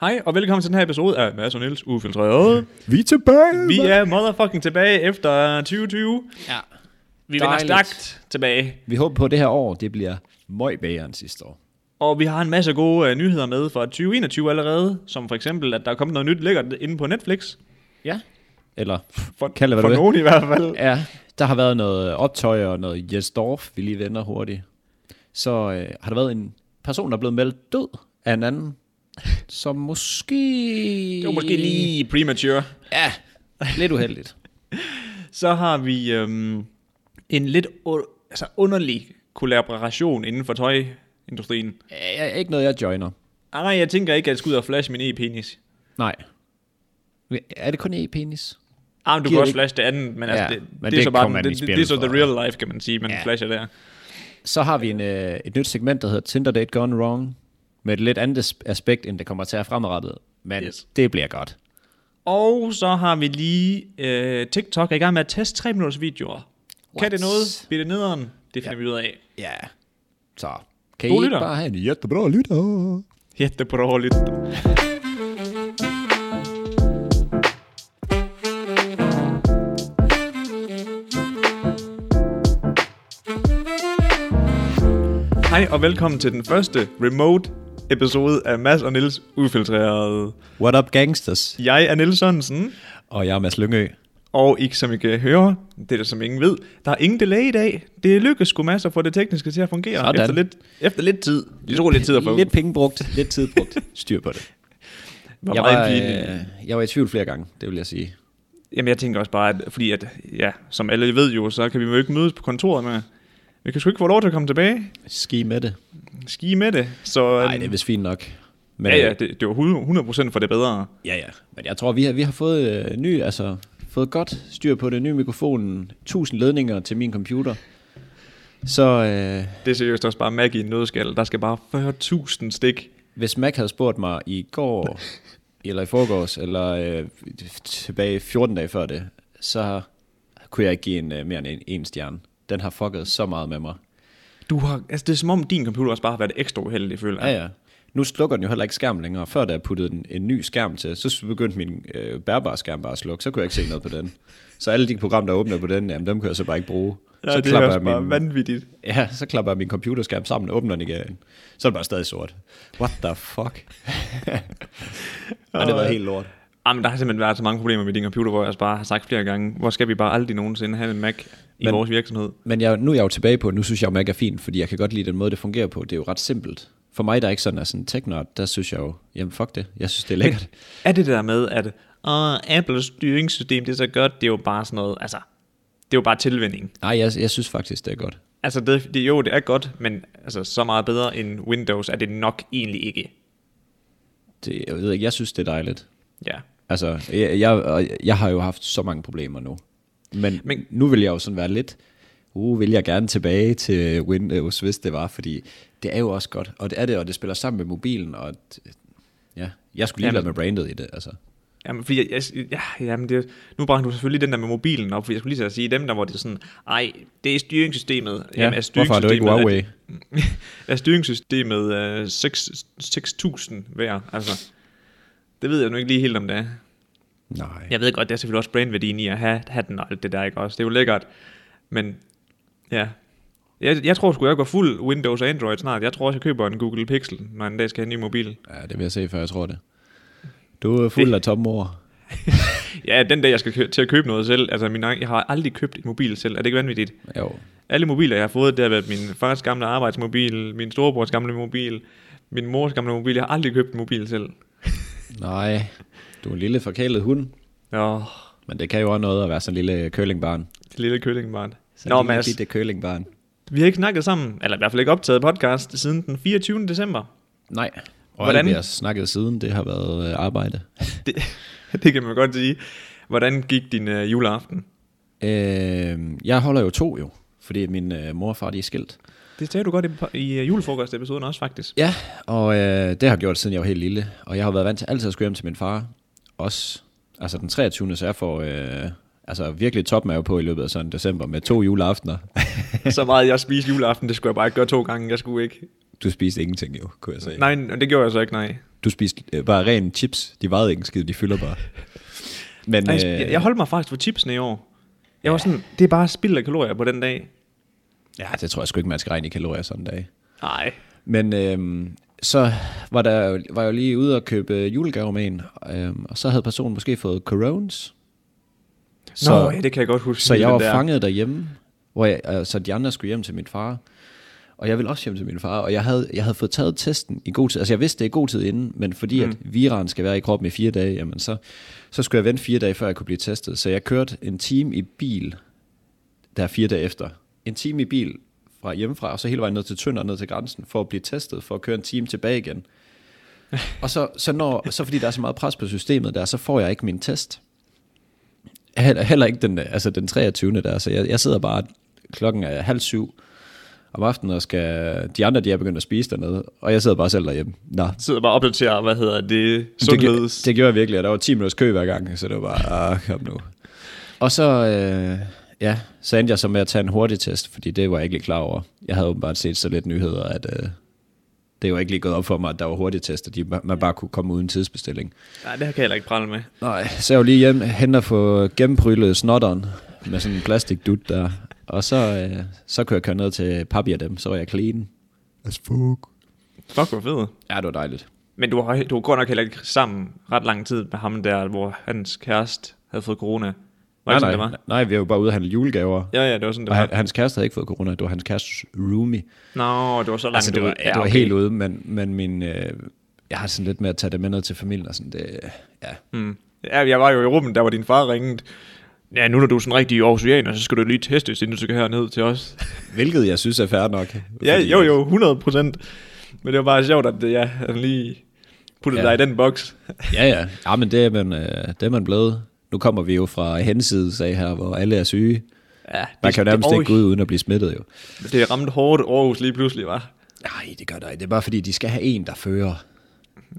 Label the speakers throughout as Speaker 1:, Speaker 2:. Speaker 1: Hej, og velkommen til den her episode af Mads og Niels Ufiltreret.
Speaker 2: Vi er tilbage!
Speaker 1: Vi er motherfucking tilbage efter 2020.
Speaker 3: Ja. Vi vender
Speaker 1: Dejligt. vender
Speaker 3: stærkt.
Speaker 1: stærkt tilbage.
Speaker 2: Vi håber på, at det her år, det bliver møg bedre end sidste år.
Speaker 1: Og vi har en masse gode uh, nyheder med fra 2021 allerede, som for eksempel, at der er kommet noget nyt lækkert inde på Netflix.
Speaker 2: Ja. Eller,
Speaker 1: For,
Speaker 2: Kald det, hvad
Speaker 1: for
Speaker 2: du vil.
Speaker 1: nogen i hvert fald.
Speaker 2: ja, der har været noget optøj og noget Jesdorf, vi lige vender hurtigt. Så øh, har der været en person, der er blevet meldt død af en anden, som måske...
Speaker 1: Det var måske lige Øh, premature.
Speaker 2: Ja, lidt uheldigt.
Speaker 1: Så har vi øhm, en lidt u- altså underlig kollaboration inden for tøjindustrien.
Speaker 2: Ja, ikke noget, jeg joiner.
Speaker 1: Ah, nej, jeg tænker ikke, at jeg skal ud og flash min e-penis.
Speaker 2: Nej. Er det kun e-penis?
Speaker 1: Ah, men du kan
Speaker 2: Giver det
Speaker 1: også
Speaker 2: ikke-
Speaker 1: flash det andet, men,
Speaker 2: Ja,
Speaker 1: altså, det,
Speaker 2: men
Speaker 1: det, er
Speaker 2: det
Speaker 1: så bare
Speaker 2: kommer man
Speaker 1: den-
Speaker 2: i
Speaker 1: det, det,
Speaker 2: spjældet
Speaker 1: det, er så
Speaker 2: for.
Speaker 1: the real life, kan man sige, man
Speaker 2: Ja.
Speaker 1: flasher der.
Speaker 2: Så har vi en, øh, et nyt segment, der hedder Tinder Date Gone Wrong, med et lidt andet as- aspekt, end det kommer til at have fremadrettet. Men
Speaker 1: Yes.
Speaker 2: yes. det bliver godt.
Speaker 1: Og så har vi lige øh, TikTok er i gang med at teste 3 minutters videoer. What? Kan det noget? Bliver det nederen? Det finder ja. vi ud af.
Speaker 2: Ja. Så kan
Speaker 1: God
Speaker 2: I
Speaker 1: lytter.
Speaker 2: ikke bare have en jättebra lytter?
Speaker 1: Jättebra lidt. Hej og velkommen til den første remote episode af Mads og Nils Ufiltreret.
Speaker 2: What up gangsters?
Speaker 1: Jeg er Nils Sørensen,
Speaker 2: Og jeg er Mads Lyngø.
Speaker 1: og ikke som I kan høre, det er der som ingen ved, der er ingen delay i dag. Det lykkedes sgu masser at få det tekniske til at fungere
Speaker 2: Sådan.
Speaker 1: efter lidt, efter lidt tid. Det tog lidt tid at få.
Speaker 2: Lidt penge brugt, lidt tid brugt. Styr på det.
Speaker 1: Hvor
Speaker 2: Jeg
Speaker 1: meget
Speaker 2: var,
Speaker 1: pinligt.
Speaker 2: øh, jeg var i tvivl flere gange, det vil jeg sige.
Speaker 1: Jamen, jeg tænker også bare, at, fordi at, ja, som alle ved jo, så kan vi jo ikke mødes på kontoret med. Vi kan sgu ikke få lov til at komme tilbage.
Speaker 2: Ski med det.
Speaker 1: Ski med det. Så, øhm,
Speaker 2: Nej, det er vist fint nok. Men,
Speaker 1: ja, ja,
Speaker 2: øh,
Speaker 1: det, det var 100% for det bedre.
Speaker 2: ja, ja. Men jeg tror, vi har, vi har fået øh, ny, altså, fået godt styr på det nye mikrofonen. 1000 ledninger til min computer. Så øh,
Speaker 1: Det er seriøst også bare Maggie i en nødskal. Der skal bare 40.000 stik.
Speaker 2: hvis Mac havde spurgt mig i går, eller i forgårs, eller øh, tilbage 14 dage før det, så kunne jeg ikke give en, øh, mere end en, en stjerne. Den har fucket så meget med mig.
Speaker 1: Du har, altså det er som om din computer også bare har været ekstra uheldig, føler jeg.
Speaker 2: Ja, ja. Nu slukker den jo heller ikke skærmen længere. Før da jeg puttede en, en ny skærm til, så begyndte min øh, bærbare skærm bare at slukke. Så kunne jeg ikke se noget på den. Så alle de programmer, der åbner på den, jamen, dem kan jeg så bare ikke bruge.
Speaker 1: Nej,
Speaker 2: så,
Speaker 1: det er også
Speaker 2: jeg
Speaker 1: bare vanvittigt.
Speaker 2: ja, så klapper jeg min computerskærm sammen og åbner den igen. Så er det bare stadig sort. What the fuck? Ej, det var helt lort.
Speaker 1: Jamen, Ah, der har simpelthen været så mange problemer med din computer, hvor jeg også bare har sagt flere gange, hvor skal vi bare aldrig nogensinde have en Mac i
Speaker 2: Men-
Speaker 1: vores virksomhed?
Speaker 2: Men jeg, nu er jeg jo tilbage på, nu synes jeg jo Mac er fint, fordi jeg kan godt lide den måde, det fungerer på. Det er jo ret simpelt. For mig, der ikke sådan er sådan en tech-nørd, der synes jeg jo, jamen fuck det, jeg synes det er lækkert.
Speaker 1: Er det der med, at åh, Apples styringssystem, det er så godt, det er jo bare sådan noget, altså, det er jo bare tilvænning.
Speaker 2: Nej, jeg, jeg synes faktisk, det er godt.
Speaker 1: Altså, det, det, jo, det er godt, men altså, så meget bedre end Windows er det nok egentlig ikke.
Speaker 2: Det, jeg ved ikke, jeg synes det er dejligt.
Speaker 1: Ja.
Speaker 2: Altså, jeg, jeg, og jeg har jo haft så mange problemer nu. Men,
Speaker 1: Men-
Speaker 2: Men nu vil jeg jo sådan være lidt, uh, vil jeg gerne tilbage til Windows, hvis det var, fordi det er jo også godt. Og det er det, og det spiller sammen med mobilen, og d- ja, jeg skulle lige
Speaker 1: Jamen-
Speaker 2: være med brandet i det, altså.
Speaker 1: Jamen, fordi jeg, jeg, ja, jamen det, nu bragte du selvfølgelig den der med mobilen op, for jeg skulle lige til at sige, dem der, hvor det er sådan, ej, det er styringssystemet.
Speaker 2: Ja, hvorfor har du ikke Huawei?
Speaker 1: Er, er styringssystemet øh, 6 6.000 værd? Altså, det ved jeg nu ikke lige helt om det er.
Speaker 2: Nej.
Speaker 1: Jeg ved godt, der er selvfølgelig også brandværdien i at have, have den og alt det der, ikke også? Det er jo lækkert, men ja. Jeg, jeg tror sgu, jeg går fuld Windows og Android snart. Jeg tror også, jeg køber en Google Pixel, når jeg en dag skal have en ny mobil.
Speaker 2: Ja, det vil jeg se, før jeg tror det. Du er fuld
Speaker 1: Det-
Speaker 2: af tomme ord.
Speaker 1: Ja, den dag, jeg skal kø- til at købe noget selv. Altså, min, egen- jeg har aldrig købt en mobil selv. Er det ikke vanvittigt?
Speaker 2: Jo.
Speaker 1: Alle mobiler, jeg har fået, det har været min fars gamle arbejdsmobil, min storebrors gamle mobil, min mors gamle mobil. Jeg har aldrig købt en mobil selv.
Speaker 2: Nej, du er en lille forkælet hund,
Speaker 1: Nå,
Speaker 2: men det kan jo også noget at være sådan en lille curlingbarn.
Speaker 1: det lille køllingbarn.
Speaker 2: Sådan
Speaker 1: Nå,
Speaker 2: en lille
Speaker 1: Mads,
Speaker 2: bitte curlingbarn.
Speaker 1: vi har ikke snakket sammen, eller i hvert fald ikke optaget podcast, siden den 24. december.
Speaker 2: Nej. Og
Speaker 1: Hvordan-
Speaker 2: Hvordan? alt, vi har snakket siden, det har været øh, arbejde.
Speaker 1: Det, det kan man godt sige. Hvordan gik din øh, juleaften?
Speaker 2: Øh, jeg holder jo to jo, fordi min øh, mor og far de er skilt.
Speaker 1: Det sagde du godt i, i øh, julefrokostepisoden også, faktisk.
Speaker 2: Ja, og øh, det har jeg gjort, siden jeg var helt lille. Og jeg har været vant til altid at skulle hjem til min far. Også altså den 23. så jeg får øh, altså virkelig topmave på i løbet af sådan december med to juleaftener.
Speaker 1: Så meget jeg spiste juleaften, det skulle jeg bare ikke gøre to gange. Jeg skulle ikke.
Speaker 2: Du spiste ingenting jo, kunne jeg sige.
Speaker 1: Nej, men det gjorde jeg så ikke, nej.
Speaker 2: Du spiste øh, bare ren chips. De vejede ikke en skid, de fylder bare. Men, øh,
Speaker 1: Ej, jeg, sp- jeg- jeg holdt mig faktisk for chipsene i år. Jeg var sådan, det er bare spild af kalorier på den dag.
Speaker 2: ja, det tror jeg sgu ikke, man skal regne i kalorier sådan en dag.
Speaker 1: Nej.
Speaker 2: Men øhm, så var, der, jo- var jeg jo lige ude og købe øh, julegaver med en, øhm, og så havde personen måske fået corones.
Speaker 1: Så, Nå, ja, det kan jeg godt huske.
Speaker 2: så
Speaker 1: hele
Speaker 2: jeg var
Speaker 1: den der.
Speaker 2: fanget derhjemme, hvor jeg, øh, så de andre skulle hjem til min far. Og jeg ville også hjem til min far, og jeg havde, jeg havde fået taget testen i god tid. Altså jeg vidste det i god tid inden, men fordi mm. at viren skal være i kroppen i fire dage, jamen så, så skulle jeg vente fire dage, før jeg kunne blive testet. Så jeg kørte en time i bil, der er fire dage efter. En time i bil fra hjemmefra, og så hele vejen ned til Tønder, ned til grænsen, for at blive testet, for at køre en time tilbage igen. og så, så, når, så fordi der er så meget pres på systemet der, så får jeg ikke min test. Heller, heller ikke den, altså den 23. der, så jeg, jeg sidder bare klokken er halv syv om aftenen, og skal, de andre de er begyndt at spise dernede, og jeg sidder bare selv derhjemme. Nå,
Speaker 1: sidder bare og opdaterer, hvad hedder det,
Speaker 2: det, gjorde-
Speaker 1: sundheds...
Speaker 2: det gjorde jeg virkelig, og der var 10 minutters kø hver gang, så det var bare, ah, kom nu. Og så, øh, ja, så endte jeg så med at tage en hurtig test, fordi det var jeg ikke lige klar over. Jeg havde åbenbart set så lidt nyheder, at øh, det var ikke lige gået op for mig, at der var hurtige tester, de, man bare kunne komme uden tidsbestilling.
Speaker 1: Nej, det her kan jeg heller ikke prale med.
Speaker 2: Nej, så er jeg jo lige hjem, hen og få gennembryllet snotteren med sådan en plastikdut der. Og så, øh, så kunne jeg køre ned til papi og dem, så var jeg clean.
Speaker 3: As fuck.
Speaker 1: Fuck, hvor fedt.
Speaker 2: Ja, det var dejligt.
Speaker 1: Men du var, du var godt nok heller ikke sammen ret lang tid med ham der, hvor hans kæreste havde fået corona. Var det sådan, det
Speaker 2: nej,
Speaker 1: var?
Speaker 2: nej, vi var jo bare ude og handle julegaver.
Speaker 1: Ja, ja, det var sådan, det
Speaker 2: Og han,
Speaker 1: var.
Speaker 2: hans kæreste havde ikke fået corona, det var hans kærestes roomie.
Speaker 1: Nå, det var så langt
Speaker 2: Altså, det var,
Speaker 1: ud.
Speaker 2: ja, det var
Speaker 1: okay.
Speaker 2: helt ude, men, men min, øh, jeg har sådan lidt med at tage det med ned til familien og sådan, det, ja.
Speaker 1: Mm. Ja, jeg var jo i rummet, der var din far ringet. Ja, nu når du er sådan rigtig aarhusianer, så skal du lige testes, inden du skal herned til os.
Speaker 2: Hvilket jeg synes er fair nok.
Speaker 1: ja,
Speaker 2: fordi-
Speaker 1: jo jo, 100 procent. Men det var bare sjovt, at øh, ja, han lige puttede
Speaker 2: Ja.
Speaker 1: ja. dig i den boks.
Speaker 2: Ja, ja. Ja, men det er man, øh, det er man blevet. Nu kommer vi jo fra henside, sag her, hvor alle er syge.
Speaker 1: Ja,
Speaker 2: Man kan jo nærmest
Speaker 1: det,
Speaker 2: ikke gå ud uden at blive smittet, jo.
Speaker 1: ud. Det ramte hårdt Aarhus lige pludselig, var.
Speaker 2: Nej, det gør der ikke. Det er bare fordi, de skal have en, der fører.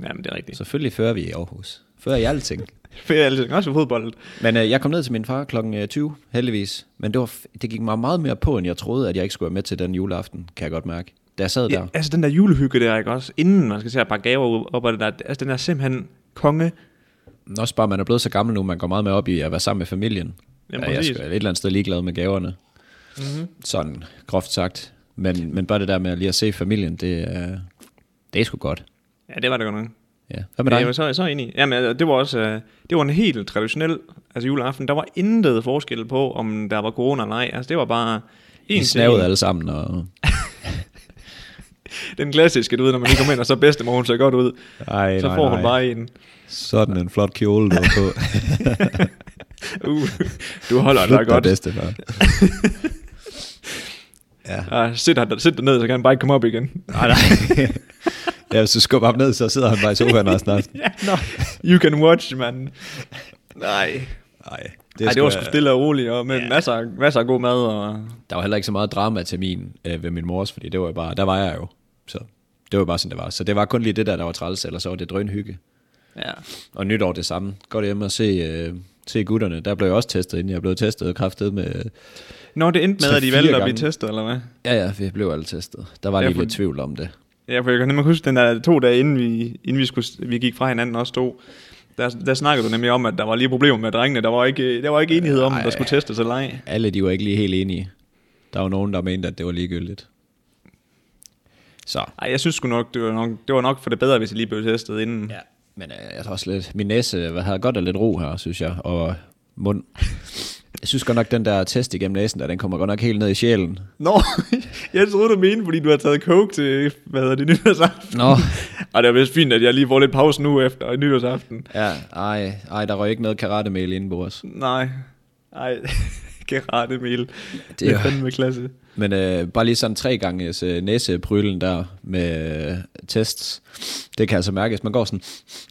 Speaker 1: Jamen, det er rigtigt.
Speaker 2: Selvfølgelig fører vi i Aarhus. Fører i alting.
Speaker 1: Fedt, altså, også fodbold.
Speaker 2: Men øh, jeg kom ned til min far kl. 20, heldigvis. Men det, var f- det gik mig meget mere på, end jeg troede, at jeg ikke skulle være med til den juleaften, kan jeg godt mærke. Da jeg sad der.
Speaker 1: Ja, altså den der julehygge der, ikke også? Inden man skal se at pakke gaver op og det der. Altså den er simpelthen konge.
Speaker 2: Men Også bare, man er blevet så gammel nu, man går meget mere op i at være sammen med familien.
Speaker 1: Ja,
Speaker 2: Ja, jeg er
Speaker 1: præcis.
Speaker 2: sgu et eller andet sted ligeglad med gaverne. Mm-hmm. Sådan, groft sagt. Men, men bare det der med lige at se familien, det er, det er sgu godt.
Speaker 1: Ja, det var det godt nok.
Speaker 2: Ja. Hvad med
Speaker 1: Men
Speaker 2: dig?
Speaker 1: jeg var så, så enig. Jamen, altså, det var også øh, det var en helt traditionel altså juleaften. Der var intet forskel på, om der var corona eller ej. Altså det var bare en
Speaker 2: I snavede alle sammen, og
Speaker 1: Den klassiske, du ved, når man lige kommer ind, og så bedstemor, hun ser godt ud.
Speaker 2: Ej,
Speaker 1: så
Speaker 2: nej,
Speaker 1: får hun
Speaker 2: nej.
Speaker 1: bare en.
Speaker 2: sådan en flot kjole, du var på.
Speaker 1: Uh, du holder dig
Speaker 2: Slut dig
Speaker 1: godt.
Speaker 2: bedste, far. ja.
Speaker 1: Uh, sæt, her, sæt dig ned, så kan han bare ikke komme op igen.
Speaker 2: Nej, nej. ja, hvis du skubber ham ned, så sidder han bare i sofaen resten af aftenen.
Speaker 1: ja, no. You can watch, man. Nej.
Speaker 2: Nej,
Speaker 1: Det, Ej, det var sgu stille og roligt, og med yeah. masser, masser af god mad. Og...
Speaker 2: Der var heller ikke så meget drama til min øh, ved min mors, fordi det var jo bare, der var jeg jo. Så det var bare sådan, det var. Så det var kun lige det der, der var træls, eller så var det drønhygge.
Speaker 1: Ja.
Speaker 2: Og nytår det samme. Godt hjemme og se, øh, se gutterne. Der blev jeg også testet, inden jeg blev testet og kraftet med... Øh,
Speaker 1: Nå, det endte med,
Speaker 2: Tre,
Speaker 1: at I
Speaker 2: fire
Speaker 1: valgte at
Speaker 2: gange.
Speaker 1: blive testet, eller hvad?
Speaker 2: ja, ja, vi blev alle testet. Der var
Speaker 1: Ja,
Speaker 2: lige
Speaker 1: for-
Speaker 2: lidt tvivl om det.
Speaker 1: Ja, for jeg kan nemlig huske, den der to dage inden vi, inden vi, skulle, vi gik fra hinanden også to, der, der snakkede du nemlig om, at der var lige problemer med drengene. Der var ikke, der var ikke enighed om, at der skulle testes eller ej.
Speaker 2: Alle de var ikke lige helt enige. Der var nogen, der mente, at det var ligegyldigt. Så.
Speaker 1: Ej, jeg synes sgu nok, det var nok, det var nok for det bedre, hvis I lige blev testet inden. Ja.
Speaker 2: Ja, men øh, jeg tror også lidt, min næse hvad, havde godt af lidt ro her, synes jeg, og mund. Jeg synes godt nok, den der test igennem næsen, der, den kommer godt nok helt ned i sjælen.
Speaker 1: Nå, jeg troede, du mente, fordi du har taget coke til, hvad hedder det, nytårsaften.
Speaker 2: Nå.
Speaker 1: Og det er vist fint, at jeg lige får lidt pause nu efter nytårsaften.
Speaker 2: Ja, ej, ej der røg ikke noget karatemel inde på os.
Speaker 1: Nej, ej, karate Emil. Det,
Speaker 2: Det
Speaker 1: det
Speaker 2: er-
Speaker 1: er fandme klasse.
Speaker 2: Men øh, bare lige sådan tre gange øh, næseprylen der med øh, tests, det kan altså mærkes. Man går sådan,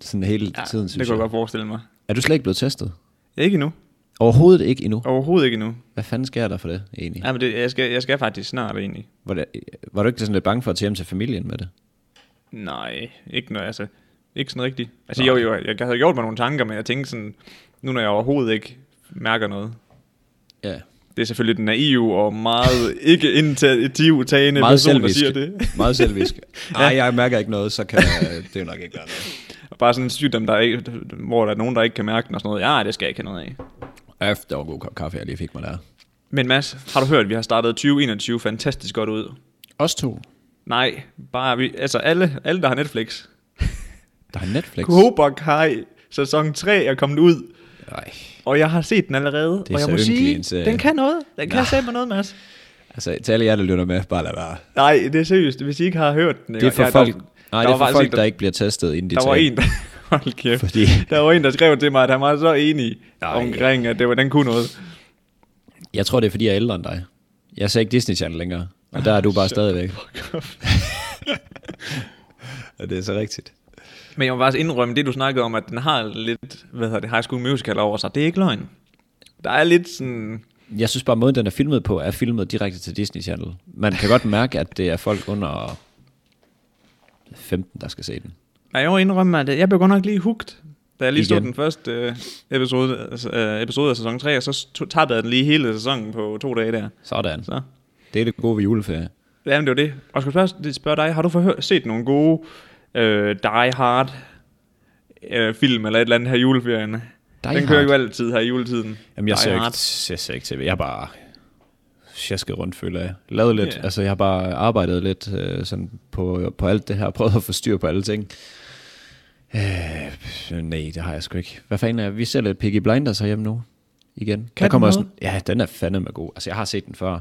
Speaker 2: sådan hele ja, tiden,
Speaker 1: det
Speaker 2: synes
Speaker 1: kunne jeg
Speaker 2: jeg.
Speaker 1: godt forestille mig.
Speaker 2: Er du slet ikke blevet testet?
Speaker 1: Ikke endnu.
Speaker 2: Overhovedet ikke endnu.
Speaker 1: Overhovedet ikke endnu.
Speaker 2: Hvad fanden sker der for det egentlig?
Speaker 1: Ja, men det, jeg, skal, jeg skal faktisk snart egentlig.
Speaker 2: Var, det, øh, var du ikke sådan lidt bange for at tage hjem til familien med det?
Speaker 1: Nej, ikke noget, altså. Ikke sådan rigtigt. Altså, jo, jo, jeg havde gjort mig nogle tanker, men jeg tænkte sådan, nu når jeg overhovedet ikke mærker noget.
Speaker 2: Ja.
Speaker 1: Det er selvfølgelig den naive og meget ikke initiativtagende person, der siger det.
Speaker 2: Meget selvisk. Nej, jeg mærker ikke noget, så kan jeg, det er jo nok ikke gøre noget.
Speaker 1: Og bare sådan en sygdom, der er, ikke- hvor der er nogen, der ikke kan mærke den og sådan noget. Ja, det skal jeg ikke have noget af.
Speaker 2: Øf, der var god kop kaffe, jeg lige fik mig der.
Speaker 1: Men Mads, har du hørt, at vi har startet 2021 fantastisk godt ud?
Speaker 2: Os to,
Speaker 1: Nej, bare vi, altså alle, alle der har Netflix.
Speaker 2: der har Netflix.
Speaker 1: Cobra Kai sæson 3 er kommet ud,
Speaker 2: Nej,
Speaker 1: og jeg har set den allerede. og
Speaker 2: er
Speaker 1: jeg
Speaker 2: så
Speaker 1: må
Speaker 2: ynkelig
Speaker 1: sige,
Speaker 2: en serie.
Speaker 1: den kan noget. Den kan
Speaker 2: Nå.
Speaker 1: sætte mig noget, Mads.
Speaker 2: altså til alle jer, der lytter med, bare lad være.
Speaker 1: Nej, det er seriøst. Hvis I ikke har hørt den.
Speaker 2: Det er for
Speaker 1: jeg,
Speaker 2: folk,
Speaker 1: Der,
Speaker 2: nej,
Speaker 1: der
Speaker 2: det er
Speaker 1: var
Speaker 2: for
Speaker 1: faktisk
Speaker 2: folk
Speaker 1: ikke-
Speaker 2: der ikke bliver testet, inden de
Speaker 1: der var
Speaker 2: tager.
Speaker 1: en, der, hold kæft.
Speaker 2: Fordi
Speaker 1: Der var en, der skrev til mig, at han var så enig
Speaker 2: Ej.
Speaker 1: omkring, at det var, den kunne noget.
Speaker 2: jeg tror, det er, fordi jeg er ældre end dig. Jeg ser ikke Disney Channel længere, og der er du bare stadigvæk. og det er så rigtigt.
Speaker 1: Men jeg må bare indrømme, det du snakkede om, at den har lidt, hvad hedder det, High School Musical over sig. Det er ikke løgn. Der er lidt sådan...
Speaker 2: Jeg synes bare, måden den er filmet på, er filmet direkte til Disney Channel. Man kan godt mærke, at det er folk under 15, der skal se den.
Speaker 1: Nej, jeg må indrømme, at øh, jeg blev godt nok lige hugt, da jeg lige stod
Speaker 2: Igen.
Speaker 1: den første øh, episode, altså, øh, episode af sæson 3, og så to- tabte jeg den lige hele sæsonen på to dage der.
Speaker 2: Sådan.
Speaker 1: Så,
Speaker 2: Det er det gode ved juleferie.
Speaker 1: jamen det var det. Og skal jeg spørge, spørge dig, har du forhør, set nogle gode øh, Die Hard øh, film eller et eller andet her i juleferien? Die den kører
Speaker 2: Hard.
Speaker 1: jo altid her i juletiden.
Speaker 2: Jamen, jeg
Speaker 1: Die
Speaker 2: ser, ikke,
Speaker 1: Hard.
Speaker 2: jeg ser ikke tv. Jeg er bare sjasket rundt, føler jeg. Lavet lidt.
Speaker 1: Ja.
Speaker 2: Yeah. Altså, jeg har bare arbejdet lidt øh, sådan på, på alt det her. Prøvet at få styr på alle ting. Øh, nej, det har jeg sgu ikke. Hvad fanden er Vi ser lidt Piggy Blinders herhjemme nu. Igen. Kan
Speaker 1: den
Speaker 2: kommer
Speaker 1: noget?
Speaker 2: sådan, Ja, den er fandeme god. Altså, jeg har set den før.